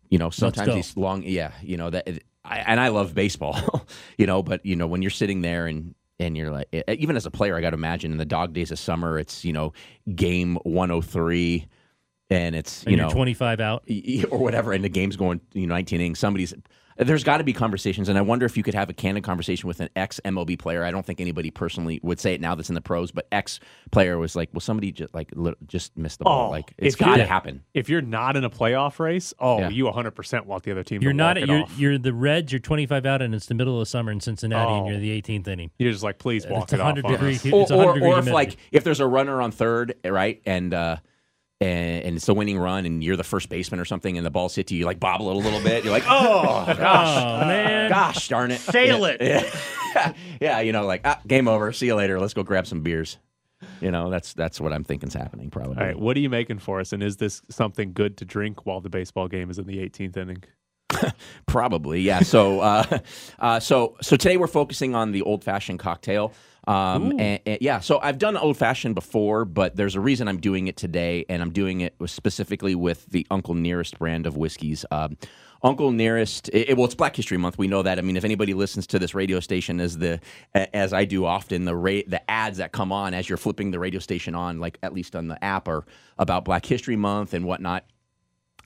[SPEAKER 13] you know, sometimes
[SPEAKER 12] Mm-hmm. go.
[SPEAKER 13] these long, yeah, you know that. It, I, and I love baseball, you know, but you know when you're sitting there and and you're like, e- even as a player, I got to imagine in the dog days of summer, it's you know game 103, and it's
[SPEAKER 12] And
[SPEAKER 13] you
[SPEAKER 12] you're
[SPEAKER 13] know
[SPEAKER 12] 25 out.
[SPEAKER 13] e, or whatever, and the game's going you know 19 innings. Somebody's there's got to be conversations, and I wonder if you could have a candid conversation with an ex MLB player. I don't think anybody personally would say it now that's in the pros, but ex player was like, "Well, somebody just like lit- just missed the ball. like it's
[SPEAKER 10] if you-
[SPEAKER 13] got to happen."
[SPEAKER 10] If you're not in a playoff race, oh,
[SPEAKER 13] Yeah.
[SPEAKER 10] you 100% want the other team
[SPEAKER 12] You're
[SPEAKER 10] to
[SPEAKER 12] not.
[SPEAKER 10] walk it
[SPEAKER 12] You're,
[SPEAKER 10] off.
[SPEAKER 12] you're the Reds. You're 25 out, and it's the middle of summer in Cincinnati, and
[SPEAKER 10] Oh.
[SPEAKER 12] you're the 18th inning.
[SPEAKER 10] You're just like, please
[SPEAKER 12] It's
[SPEAKER 10] walk it off.
[SPEAKER 12] 100
[SPEAKER 10] on
[SPEAKER 12] degree-
[SPEAKER 10] us.
[SPEAKER 12] it's
[SPEAKER 13] Or,
[SPEAKER 12] 100
[SPEAKER 13] or,
[SPEAKER 12] degree
[SPEAKER 13] or if
[SPEAKER 12] humidity.
[SPEAKER 13] like if there's a runner on third, right, and uh, and, and it's a winning run, and you're the first baseman or something, and the ball's hit to you, you like bobble it a little bit. You're like, "Oh gosh,
[SPEAKER 12] Oh, man.
[SPEAKER 13] gosh darn it,
[SPEAKER 11] Sail
[SPEAKER 13] Yeah,
[SPEAKER 11] it.
[SPEAKER 13] yeah. yeah, you know, like ah, game over. See you later. Let's go grab some beers. You know, that's that's what I'm thinking's happening probably.
[SPEAKER 10] All right, what are you making for us? And is this something good to drink while the baseball game is in the 18th inning?
[SPEAKER 13] Probably, yeah. So, uh, uh, so, so today we're focusing on the old fashioned cocktail. Um, and, and- yeah, so I've done old fashioned before, but there's a reason I'm doing it today, and I'm doing it with- specifically with the Uncle Nearest brand of whiskeys. Um, Uncle Nearest, it, it- well, it's Black History Month. We know that. I mean, if anybody listens to this radio station as the a- as I do often, the ra- the ads that come on as you're flipping the radio station on, like at least on the app, are about Black History Month and whatnot.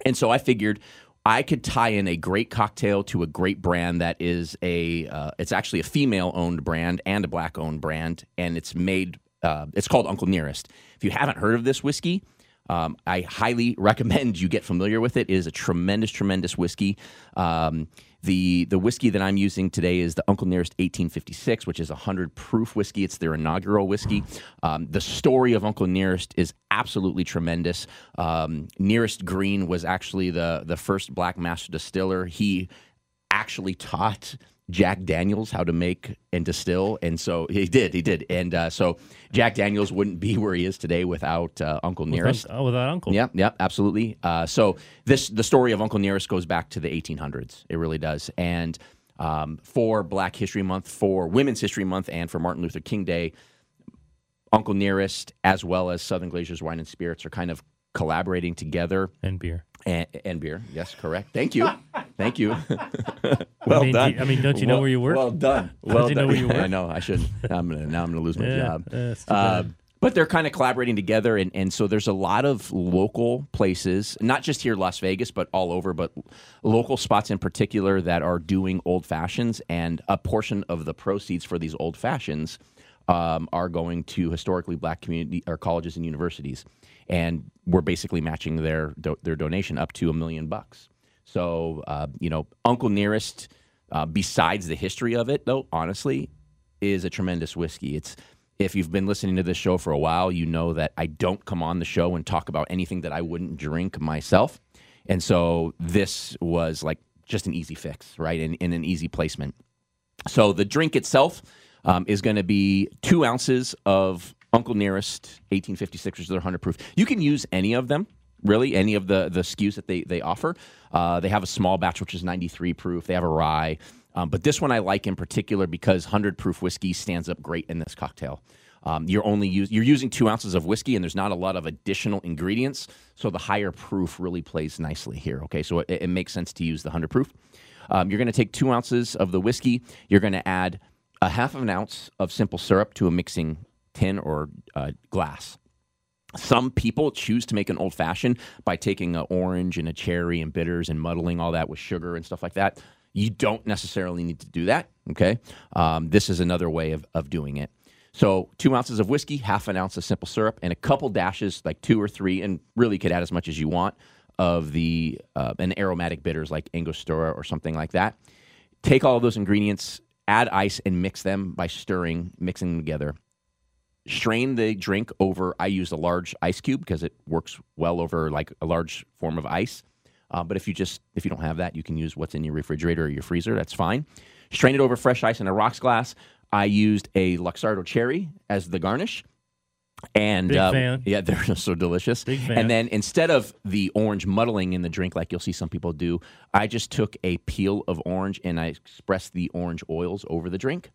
[SPEAKER 13] And so I figured I could tie in a great cocktail to a great brand that is a uh, it's actually a female owned brand and a black owned brand, and it's made uh, it's called Uncle Nearest. If you haven't heard of this whiskey. Um, I highly recommend you get familiar with it. It is a tremendous, tremendous whiskey. Um, the the whiskey that I'm using today is the Uncle Nearest 1856, which is a 100 proof whiskey. It's their inaugural whiskey. Um, the story of Uncle Nearest is absolutely tremendous. Um, Nearest Green was actually the the first black master distiller. He actually taught Jack Daniels how to make and distill, and so he did. He did, and uh, so Jack Daniels wouldn't be where he is today without uh, Uncle
[SPEAKER 12] Without-
[SPEAKER 13] Nearest.
[SPEAKER 12] oh, without Uncle.
[SPEAKER 13] Yep, yep, absolutely. Uh, so this the story of Uncle Nearest goes back to the 1800s. It really does. And um, for Black History Month, for Women's History Month, and for Martin Luther King Day, Uncle Nearest as well as Southern Glazer's Wine and Spirits are kind of collaborating together.
[SPEAKER 12] And beer.
[SPEAKER 13] And, and beer. Yes, correct. Thank you. Thank you. well
[SPEAKER 12] I mean, do
[SPEAKER 13] done.
[SPEAKER 12] you- I mean, don't you know
[SPEAKER 13] Well-
[SPEAKER 12] where you work?
[SPEAKER 13] Well done.
[SPEAKER 12] Don't
[SPEAKER 13] Well
[SPEAKER 12] you know
[SPEAKER 13] done.
[SPEAKER 12] where you
[SPEAKER 13] I
[SPEAKER 12] work?
[SPEAKER 13] know. I should. I'm gonna now. I'm gonna lose my
[SPEAKER 12] Yeah,
[SPEAKER 13] job.
[SPEAKER 12] yeah, that's too
[SPEAKER 13] Uh,
[SPEAKER 12] bad.
[SPEAKER 13] but they're kind of collaborating together and, and so there's a lot of local places not just here in las vegas but all over but local spots in particular that are doing old fashions and a portion of the proceeds for these old fashions um, are going to historically black community or colleges and universities and we're basically matching their do- their donation up to a million bucks so uh, you know uncle nearest uh, besides the history of it though honestly is a tremendous whiskey. It's if you've been listening to this show for a while, you know that I don't come on the show and talk about anything that I wouldn't drink myself. And so this was like just an easy fix, right? And, and an easy placement. So the drink itself um, is going to be two ounces of Uncle Nearest 1856, which is their 100 proof. You can use any of them, really, any of the the SKUs that they they offer. Uh, they have a small batch, which is 93 proof. They have a rye, um, but this one I like in particular because 100 proof whiskey stands up great in this cocktail. Um, you're only use, you're using two ounces of whiskey, and there's not a lot of additional ingredients, so the higher proof really plays nicely here. Okay, so it, it makes sense to use the 100 proof. Um, you're going to take two ounces of the whiskey. You're going to add a half of an ounce of simple syrup to a mixing tin or uh, glass. Some people choose to make an old fashioned by taking an orange and a cherry and bitters and muddling all that with sugar and stuff like that. You don't necessarily need to do that. Okay. Um, this is another way of, of doing it. So, two ounces of whiskey, half an ounce of simple syrup, and a couple dashes, like two or three, and really could add as much as you want of the uh, an aromatic bitters like Angostura or something like that. Take all of those ingredients, add ice, and mix them by stirring, mixing them together strain the drink over i use a large ice cube because it works well over like a large form of ice uh, but if you just if you don't have that you can use what's in your refrigerator or your freezer that's fine strain it over fresh ice in a rocks glass i used a luxardo cherry as the garnish and
[SPEAKER 12] Big
[SPEAKER 13] uh,
[SPEAKER 12] fan.
[SPEAKER 13] yeah they're just so delicious
[SPEAKER 12] fan.
[SPEAKER 13] and then instead of the orange muddling in the drink like you'll see some people do i just took a peel of orange and i expressed the orange oils over the drink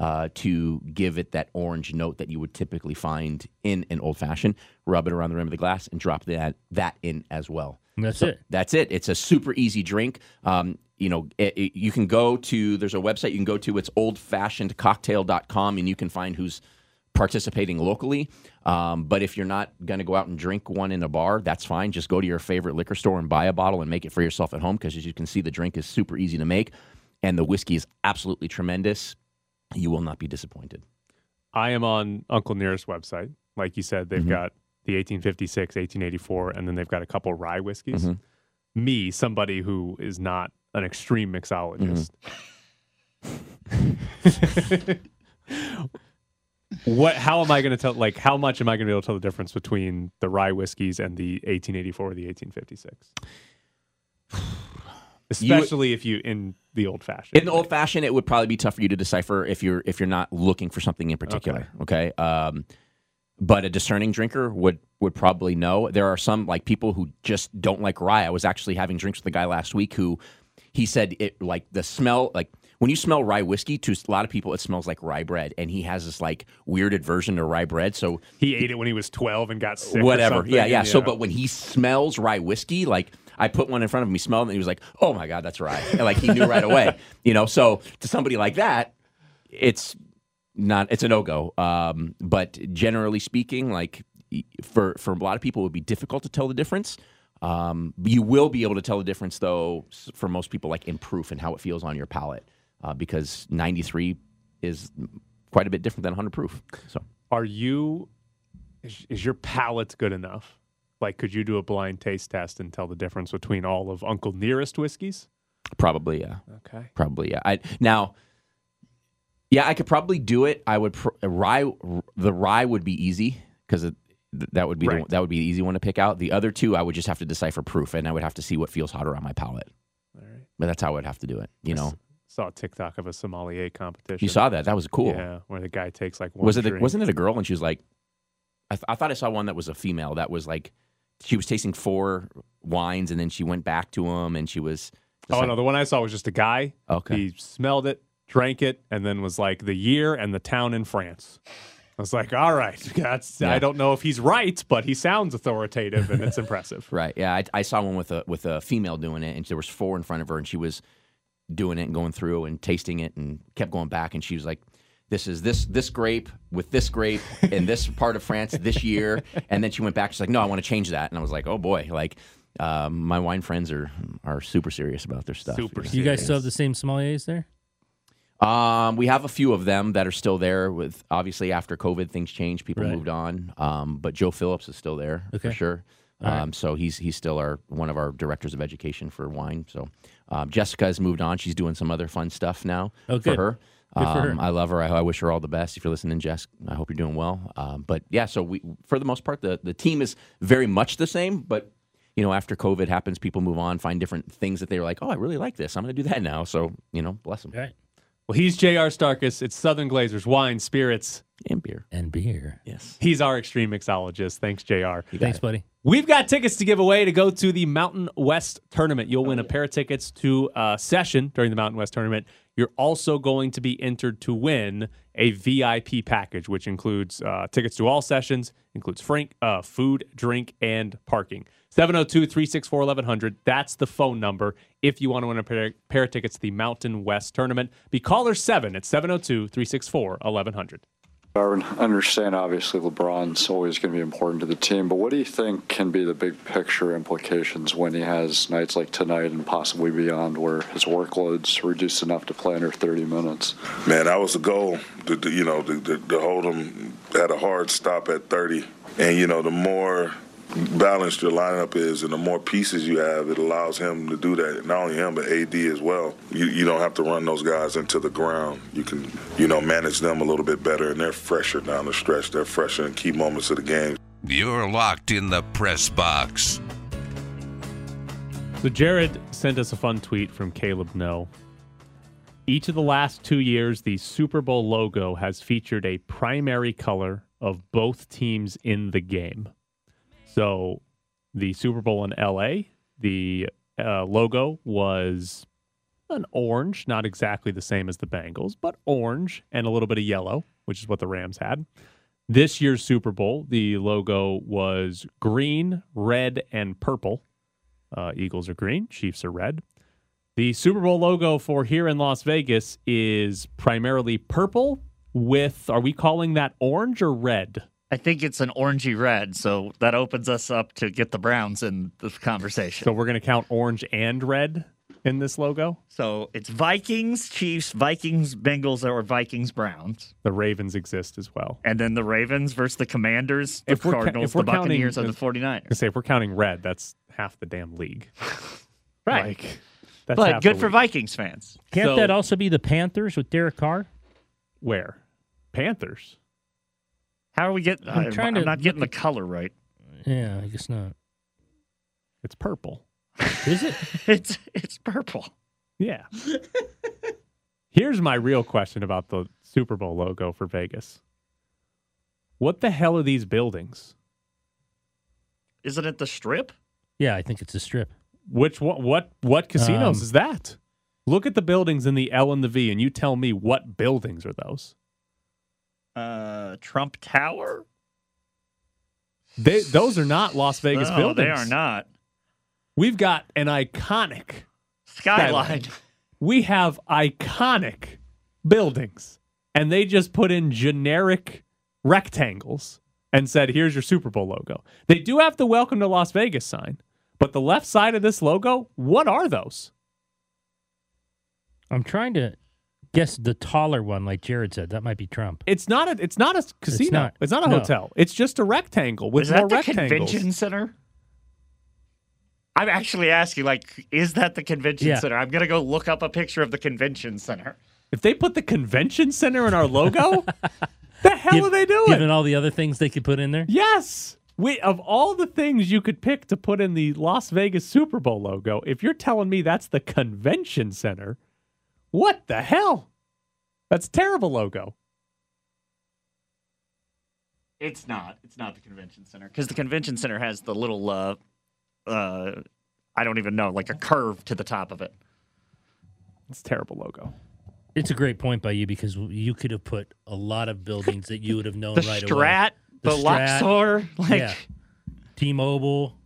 [SPEAKER 13] uh, to give it that orange note that you would typically find in an old fashioned. Rub it around the rim of the glass and drop that that in as well.
[SPEAKER 12] And that's it.
[SPEAKER 13] That's it. It's a super easy drink. Um, you know, it, it- you can go to there's a website you can go to. It's oldfashionedcocktail.com and you can find who's participating locally. Um, but if you're not going to go out and drink one in a bar, that's fine. Just go to your favorite liquor store and buy a bottle and make it for yourself at home because as you can see, the drink is super easy to make and the whiskey is absolutely tremendous. You will not be disappointed.
[SPEAKER 10] I am on Uncle Nearest website. Like you said, they've
[SPEAKER 13] Mhm.
[SPEAKER 10] got the 1856, 1884, and then they've got a couple rye whiskeys.
[SPEAKER 13] Mhm.
[SPEAKER 10] Me, somebody who is not an extreme mixologist.
[SPEAKER 13] Mm-hmm.
[SPEAKER 10] what how am I going to tell like how much am I going to be able to tell the difference between the rye whiskeys and the 1884 or the 1856? Especially if you in the old fashioned.
[SPEAKER 13] In the old fashioned, it would probably be tough for you to decipher if you're if you're not looking for something in particular. Okay. Um, but a discerning drinker would would probably know. There are some like people who just don't like rye. I was actually having drinks with a guy last week who he said it like the smell like when you smell rye whiskey, to a lot of people, it smells like rye bread, and he has this like weird aversion to rye bread. So
[SPEAKER 10] he ate it when he was twelve and got sick. or
[SPEAKER 13] whatever.
[SPEAKER 10] something,
[SPEAKER 13] Yeah, yeah.
[SPEAKER 10] and,
[SPEAKER 13] So,
[SPEAKER 10] you know.
[SPEAKER 13] but when he smells rye whiskey, like I put one in front of him, he smelled it, and he was like, "Oh my god, that's rye!" And, like he knew right away, you know. So to somebody like that, it's not it's a no go. Um, but generally speaking, like y- for for a lot of people, it would be difficult to tell the difference. Um, you will be able to tell the difference though s- for most people, like in proof and how it feels on your palate, uh, because 93 is quite a bit different than 100 proof. So
[SPEAKER 10] are you is, is your palate good enough? Like, could you do a blind taste test and tell the difference between all of Uncle Nearest whiskeys?
[SPEAKER 13] Probably, uh, yeah.
[SPEAKER 10] Okay.
[SPEAKER 13] Probably, yeah. I now, yeah, I could probably do it. I would pr- rye. The rye would be easy because that would be the,
[SPEAKER 10] Right.
[SPEAKER 13] that would be the easy one to pick out. The other two, I would just have to decipher proof, and I would have to see what feels hotter on my palate. But that's how I would have to do it. You
[SPEAKER 10] I
[SPEAKER 13] know,
[SPEAKER 10] s- saw a TikTok of a sommelier competition.
[SPEAKER 13] you saw that. That was cool.
[SPEAKER 10] Yeah, where the guy takes like one.
[SPEAKER 13] was it?
[SPEAKER 10] Drink.
[SPEAKER 13] A, wasn't it a girl? And she was like, I, th- I thought I saw one that was a female that was like, she was tasting four wines, and then she went back to him, and she was. just
[SPEAKER 10] Oh
[SPEAKER 13] like-
[SPEAKER 10] no, the one I saw was just a guy.
[SPEAKER 13] Okay.
[SPEAKER 10] He smelled it, drank it, and then was like the year and the town in France. I was like, all right, that's
[SPEAKER 13] Yeah.
[SPEAKER 10] I don't know if he's right, but he sounds authoritative and it's impressive.
[SPEAKER 13] Right. Yeah, I, I saw one with a with a female doing it, and there was four in front of her, and she was doing it and going through and tasting it, and kept going back, and she was like, "This is this this grape with this grape in this part of France this year," and then she went back. She's like, "No, I want to change that," and I was like, "Oh boy!" Like, um, my wine friends are are super serious about their stuff.
[SPEAKER 10] Super
[SPEAKER 12] Do you guys still have the same sommeliers there?
[SPEAKER 13] Um, we have a few of them that are still there. With obviously after COVID, things changed. People
[SPEAKER 12] Right.
[SPEAKER 13] moved on. Um, but Joe Phillips is still there
[SPEAKER 12] Okay.
[SPEAKER 13] for sure.
[SPEAKER 12] All right.
[SPEAKER 13] Um, so he's he's still our one of our directors of education for wine. So um, Jessica has moved on. She's doing some other fun stuff now
[SPEAKER 12] Oh,
[SPEAKER 13] for
[SPEAKER 12] good.
[SPEAKER 13] her.
[SPEAKER 12] Good for her.
[SPEAKER 13] Um, I love her. I, I wish her all the best. If you're listening, Jess, I hope you're doing well. Um, but yeah, so we for the most part the the team is very much the same, but. You know, after COVID happens, people move on, find different things that they were like, "Oh, I really like this. I'm going to do that now." So, you know, bless them.
[SPEAKER 12] Right.
[SPEAKER 10] Well, he's J.R. Starkus. It's Southern Glazers wine, spirits,
[SPEAKER 13] and beer.
[SPEAKER 12] And beer.
[SPEAKER 13] Yes.
[SPEAKER 10] He's our extreme mixologist. Thanks, J.R.
[SPEAKER 12] Thanks, buddy.
[SPEAKER 10] We've got tickets to give away to go to the Mountain West tournament. You'll win a pair of tickets to a session during the Mountain West tournament. You're also going to be entered to win a VIP package, which includes uh, tickets to all sessions, includes Frank, uh, food, drink, and parking. 702 364 1100. That's the phone number if you want to win a pair, pair of tickets to the Mountain West tournament. Be caller 7 at 702 364 1100.
[SPEAKER 14] I understand, obviously, LeBron's always going to be important to the team, but what do you think can be the big picture implications when he has nights like tonight and possibly beyond where his workload's reduced enough to play under 30 minutes?
[SPEAKER 17] Man, that was the goal. To, to, you know, to, to, to hold them at a hard stop at 30. And you know, the more balanced your lineup is, and the more pieces you have, it allows him to do that. Not only him, but AD as well. You you don't have to run those guys into the ground. You can you know manage them a little bit better, and they're fresher down the stretch. They're fresher in key moments of the game.
[SPEAKER 16] You're locked in the press box.
[SPEAKER 10] So Jared sent us a fun tweet from Caleb No. Each of the last two years, the Super Bowl logo has featured a primary color of both teams in the game. So the Super Bowl in LA, the uh, logo was an orange, not exactly the same as the Bengals, but orange and a little bit of yellow, which is what the Rams had. This year's Super Bowl, the logo was green, red, and purple. Uh, Eagles are green, Chiefs are red. The Super Bowl logo for here in Las Vegas is primarily purple with, are we calling that orange or red?
[SPEAKER 11] I think it's an orangey red, so that opens us up to get the Browns in the conversation.
[SPEAKER 10] So we're going to count orange and red in this logo.
[SPEAKER 11] So it's Vikings, Chiefs, Vikings, Bengals, or Vikings, Browns.
[SPEAKER 10] The Ravens exist as well.
[SPEAKER 11] And then the Ravens versus the Commanders, the
[SPEAKER 10] ca-
[SPEAKER 11] Cardinals, the Buccaneers,
[SPEAKER 10] counting,
[SPEAKER 11] or the 49ers.
[SPEAKER 10] I say if we're counting red, that's half the damn league.
[SPEAKER 11] Right.
[SPEAKER 10] Like, that's
[SPEAKER 11] but
[SPEAKER 10] half
[SPEAKER 11] good
[SPEAKER 10] the
[SPEAKER 11] for
[SPEAKER 10] league.
[SPEAKER 11] Vikings fans.
[SPEAKER 12] Can't
[SPEAKER 10] So-
[SPEAKER 12] that also be the Panthers with Derek Carr?
[SPEAKER 10] Where? Panthers.
[SPEAKER 11] How are we getting?
[SPEAKER 12] I'm
[SPEAKER 11] I'm,
[SPEAKER 12] trying
[SPEAKER 11] I'm
[SPEAKER 12] to
[SPEAKER 11] not
[SPEAKER 12] look
[SPEAKER 11] getting the
[SPEAKER 12] at-
[SPEAKER 11] color right.
[SPEAKER 12] Yeah, I guess not.
[SPEAKER 10] It's purple.
[SPEAKER 12] Is it?
[SPEAKER 11] it's it's purple.
[SPEAKER 10] Yeah. Here's my real question about the Super Bowl logo for Vegas. What the hell are these buildings?
[SPEAKER 11] Isn't it the strip?
[SPEAKER 12] Yeah, I think it's a strip.
[SPEAKER 10] Which one? What what casinos
[SPEAKER 12] Um,
[SPEAKER 10] is that? Look at the buildings in the L and the V, and you tell me what buildings are those.
[SPEAKER 11] Uh, Trump Tower.
[SPEAKER 10] They, those are not Las Vegas
[SPEAKER 11] No,
[SPEAKER 10] buildings.
[SPEAKER 11] Oh, they are not.
[SPEAKER 10] We've got an iconic
[SPEAKER 11] Skyline.
[SPEAKER 10] We have iconic buildings, and they just put in generic rectangles and said, "Here's your Super Bowl logo." They do have the "Welcome to Las Vegas" sign, but the left side of this logo, what are those?
[SPEAKER 12] I'm trying to guess the taller one, like Jared said. That might be Trump.
[SPEAKER 10] It's not a. It's not a casino. It's not,
[SPEAKER 12] not.
[SPEAKER 10] a
[SPEAKER 12] No.
[SPEAKER 10] hotel. It's just a rectangle with
[SPEAKER 11] is that
[SPEAKER 10] more
[SPEAKER 11] the
[SPEAKER 10] rectangles.
[SPEAKER 11] convention center? I'm actually asking, like, is that the convention
[SPEAKER 10] Yeah.
[SPEAKER 11] center? I'm gonna go look up a picture of the convention center.
[SPEAKER 10] If they put the convention center in our logo, the hell are they doing?
[SPEAKER 12] Given all the other things they could put in there,
[SPEAKER 10] Yes. We of all the things you could pick to put in the Las Vegas Super Bowl logo, if you're telling me that's the convention center, what the hell? That's a terrible logo.
[SPEAKER 11] It's not. It's not the convention center because the convention center has the little, uh, uh, I don't even know, like a curve to the top of it.
[SPEAKER 10] It's a terrible logo.
[SPEAKER 12] it's a great point by you because you could have put a lot of buildings that you would have
[SPEAKER 8] Oh,
[SPEAKER 12] known
[SPEAKER 11] The
[SPEAKER 12] right
[SPEAKER 11] Strat,
[SPEAKER 12] away.
[SPEAKER 11] the Luxor, like-
[SPEAKER 12] yeah. T-Mobile,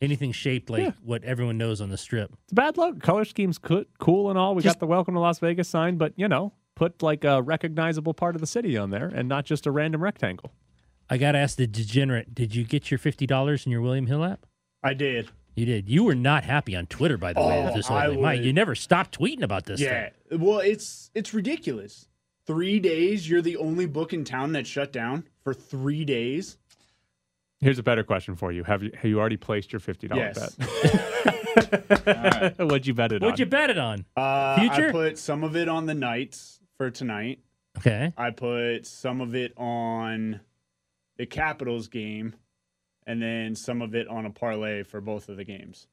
[SPEAKER 12] anything shaped like
[SPEAKER 10] Yeah.
[SPEAKER 12] what everyone knows on the Strip.
[SPEAKER 10] It's a bad logo. Color scheme's coo- cool and all. We got the Welcome to Las Vegas sign, but you know, put like a recognizable part of the city on there and not just a random rectangle.
[SPEAKER 12] I got to ask the degenerate, did you get your $50 in your William Hill app?
[SPEAKER 8] I did.
[SPEAKER 12] You did. You were not happy on Twitter, by the way.
[SPEAKER 8] Oh,
[SPEAKER 12] This whole
[SPEAKER 8] I
[SPEAKER 12] thing. Mike,
[SPEAKER 8] was-
[SPEAKER 12] you never stopped tweeting about this
[SPEAKER 8] yeah.
[SPEAKER 12] thing.
[SPEAKER 8] Well, it's it's ridiculous. Three days. You're the only book in town that shut down for three days.
[SPEAKER 10] Here's a better question for you. Have you have you already placed your fifty dollar
[SPEAKER 8] Yes.
[SPEAKER 10] bet? What'd you bet it on?
[SPEAKER 12] What'd you bet it on?
[SPEAKER 8] Uh, I
[SPEAKER 12] Future?
[SPEAKER 8] put some of it on the Knights for tonight.
[SPEAKER 12] Okay.
[SPEAKER 8] I put some of it on the Capitals game, and then some of it on a parlay for both of the games.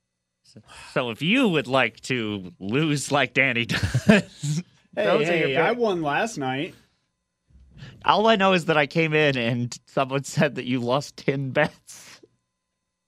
[SPEAKER 11] So if you would like to lose like Danny does,
[SPEAKER 8] Hey,
[SPEAKER 11] Those are your
[SPEAKER 8] hey I
[SPEAKER 11] pick-
[SPEAKER 8] won last night.
[SPEAKER 11] all I know is that I came in and someone said that you lost ten bets.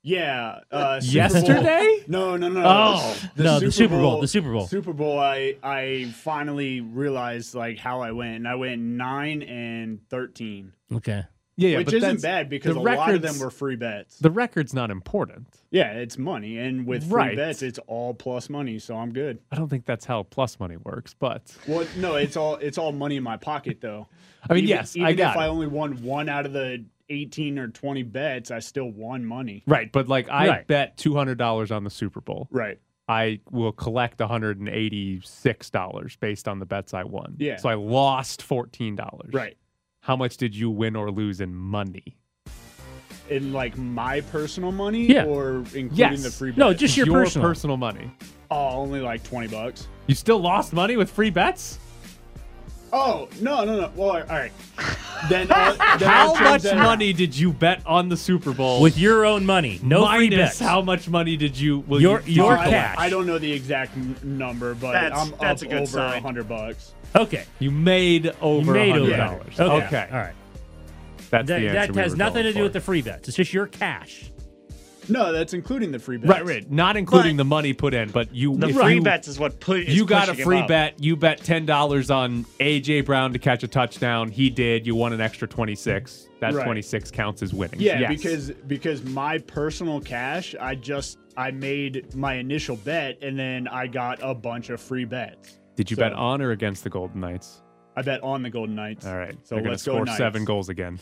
[SPEAKER 8] Yeah. Uh, Super
[SPEAKER 11] Yesterday?
[SPEAKER 8] Bowl. No, no, no.
[SPEAKER 11] Oh,
[SPEAKER 12] no, the Super Bowl, the Super Bowl.
[SPEAKER 8] Super Bowl. I I finally realized like how I went, and I went nine and thirteen.
[SPEAKER 12] Okay.
[SPEAKER 10] Yeah, yeah,
[SPEAKER 8] which
[SPEAKER 10] but
[SPEAKER 8] isn't
[SPEAKER 10] that's-
[SPEAKER 8] bad because a
[SPEAKER 10] the
[SPEAKER 8] lot of them
[SPEAKER 10] records-
[SPEAKER 8] were free bets.
[SPEAKER 10] The record's not important.
[SPEAKER 8] Yeah, it's money, and with free
[SPEAKER 10] Right.
[SPEAKER 8] bets, it's all plus money. So I'm good.
[SPEAKER 10] I don't think that's how plus money works, but
[SPEAKER 8] Well, no, it's all it's all money in my pocket though.
[SPEAKER 10] I mean,
[SPEAKER 8] Even-
[SPEAKER 10] yes, I
[SPEAKER 8] even
[SPEAKER 10] got
[SPEAKER 8] if I
[SPEAKER 10] it.
[SPEAKER 8] only won one out of the eighteen or twenty bets, I still won money.
[SPEAKER 10] right. But like, I
[SPEAKER 8] Right.
[SPEAKER 10] bet two hundred dollars on the Super Bowl.
[SPEAKER 8] Right.
[SPEAKER 10] I will collect one hundred and eighty-six dollars based on the bets I won.
[SPEAKER 8] Yeah.
[SPEAKER 10] So I lost fourteen dollars.
[SPEAKER 8] Right.
[SPEAKER 10] How much did you win or lose in money?
[SPEAKER 8] In like my personal money,
[SPEAKER 10] Yeah.
[SPEAKER 8] or including
[SPEAKER 10] Yes.
[SPEAKER 8] the free bets.
[SPEAKER 10] No, just your Your personal. personal money.
[SPEAKER 8] Oh, only like twenty bucks.
[SPEAKER 10] You still lost money with free bets?
[SPEAKER 8] Oh no no no! Well, all right. Then, uh, then
[SPEAKER 10] How
[SPEAKER 8] it turns
[SPEAKER 10] much
[SPEAKER 8] out-
[SPEAKER 10] money did you bet on the Super Bowl
[SPEAKER 12] With your own money, no free
[SPEAKER 10] minus
[SPEAKER 12] bets.
[SPEAKER 10] How much money did you? Will
[SPEAKER 12] Your-
[SPEAKER 10] you, did
[SPEAKER 12] your
[SPEAKER 10] you
[SPEAKER 8] I,
[SPEAKER 10] collect?
[SPEAKER 8] I don't know the exact n- number, but
[SPEAKER 11] That's-
[SPEAKER 8] I'm
[SPEAKER 11] that's
[SPEAKER 8] up
[SPEAKER 11] a good
[SPEAKER 8] over
[SPEAKER 11] sign.
[SPEAKER 8] hundred bucks.
[SPEAKER 12] Okay.
[SPEAKER 10] You made over
[SPEAKER 12] made over
[SPEAKER 10] hundred dollars.
[SPEAKER 12] $100.
[SPEAKER 10] Okay.
[SPEAKER 12] Okay. All right.
[SPEAKER 10] That's
[SPEAKER 12] That,
[SPEAKER 10] the answer
[SPEAKER 12] that
[SPEAKER 10] we
[SPEAKER 12] has
[SPEAKER 10] were
[SPEAKER 12] nothing
[SPEAKER 10] going
[SPEAKER 12] to do
[SPEAKER 10] for.
[SPEAKER 12] with the free bets. It's just your cash.
[SPEAKER 8] No, that's including the free bets.
[SPEAKER 10] Right, right. Not including the money put in, but you
[SPEAKER 11] The
[SPEAKER 10] if
[SPEAKER 11] free
[SPEAKER 10] you,
[SPEAKER 11] bets is what put is
[SPEAKER 10] you got a
[SPEAKER 11] pushing him
[SPEAKER 10] free
[SPEAKER 11] up.
[SPEAKER 10] bet. You bet ten dollars on AJ Brown to catch a touchdown. He did. You won an extra twenty six. That
[SPEAKER 8] Right.
[SPEAKER 10] twenty six counts as winning.
[SPEAKER 8] Yeah,
[SPEAKER 10] Yes.
[SPEAKER 8] because because my personal cash, I just I made my initial bet, and then I got a bunch of free bets.
[SPEAKER 10] did you bet on or against the Golden Knights?
[SPEAKER 8] I bet on the Golden Knights.
[SPEAKER 10] All right,
[SPEAKER 8] so
[SPEAKER 10] they're gonna
[SPEAKER 8] let's go
[SPEAKER 10] score
[SPEAKER 8] Knights.
[SPEAKER 10] seven goals again.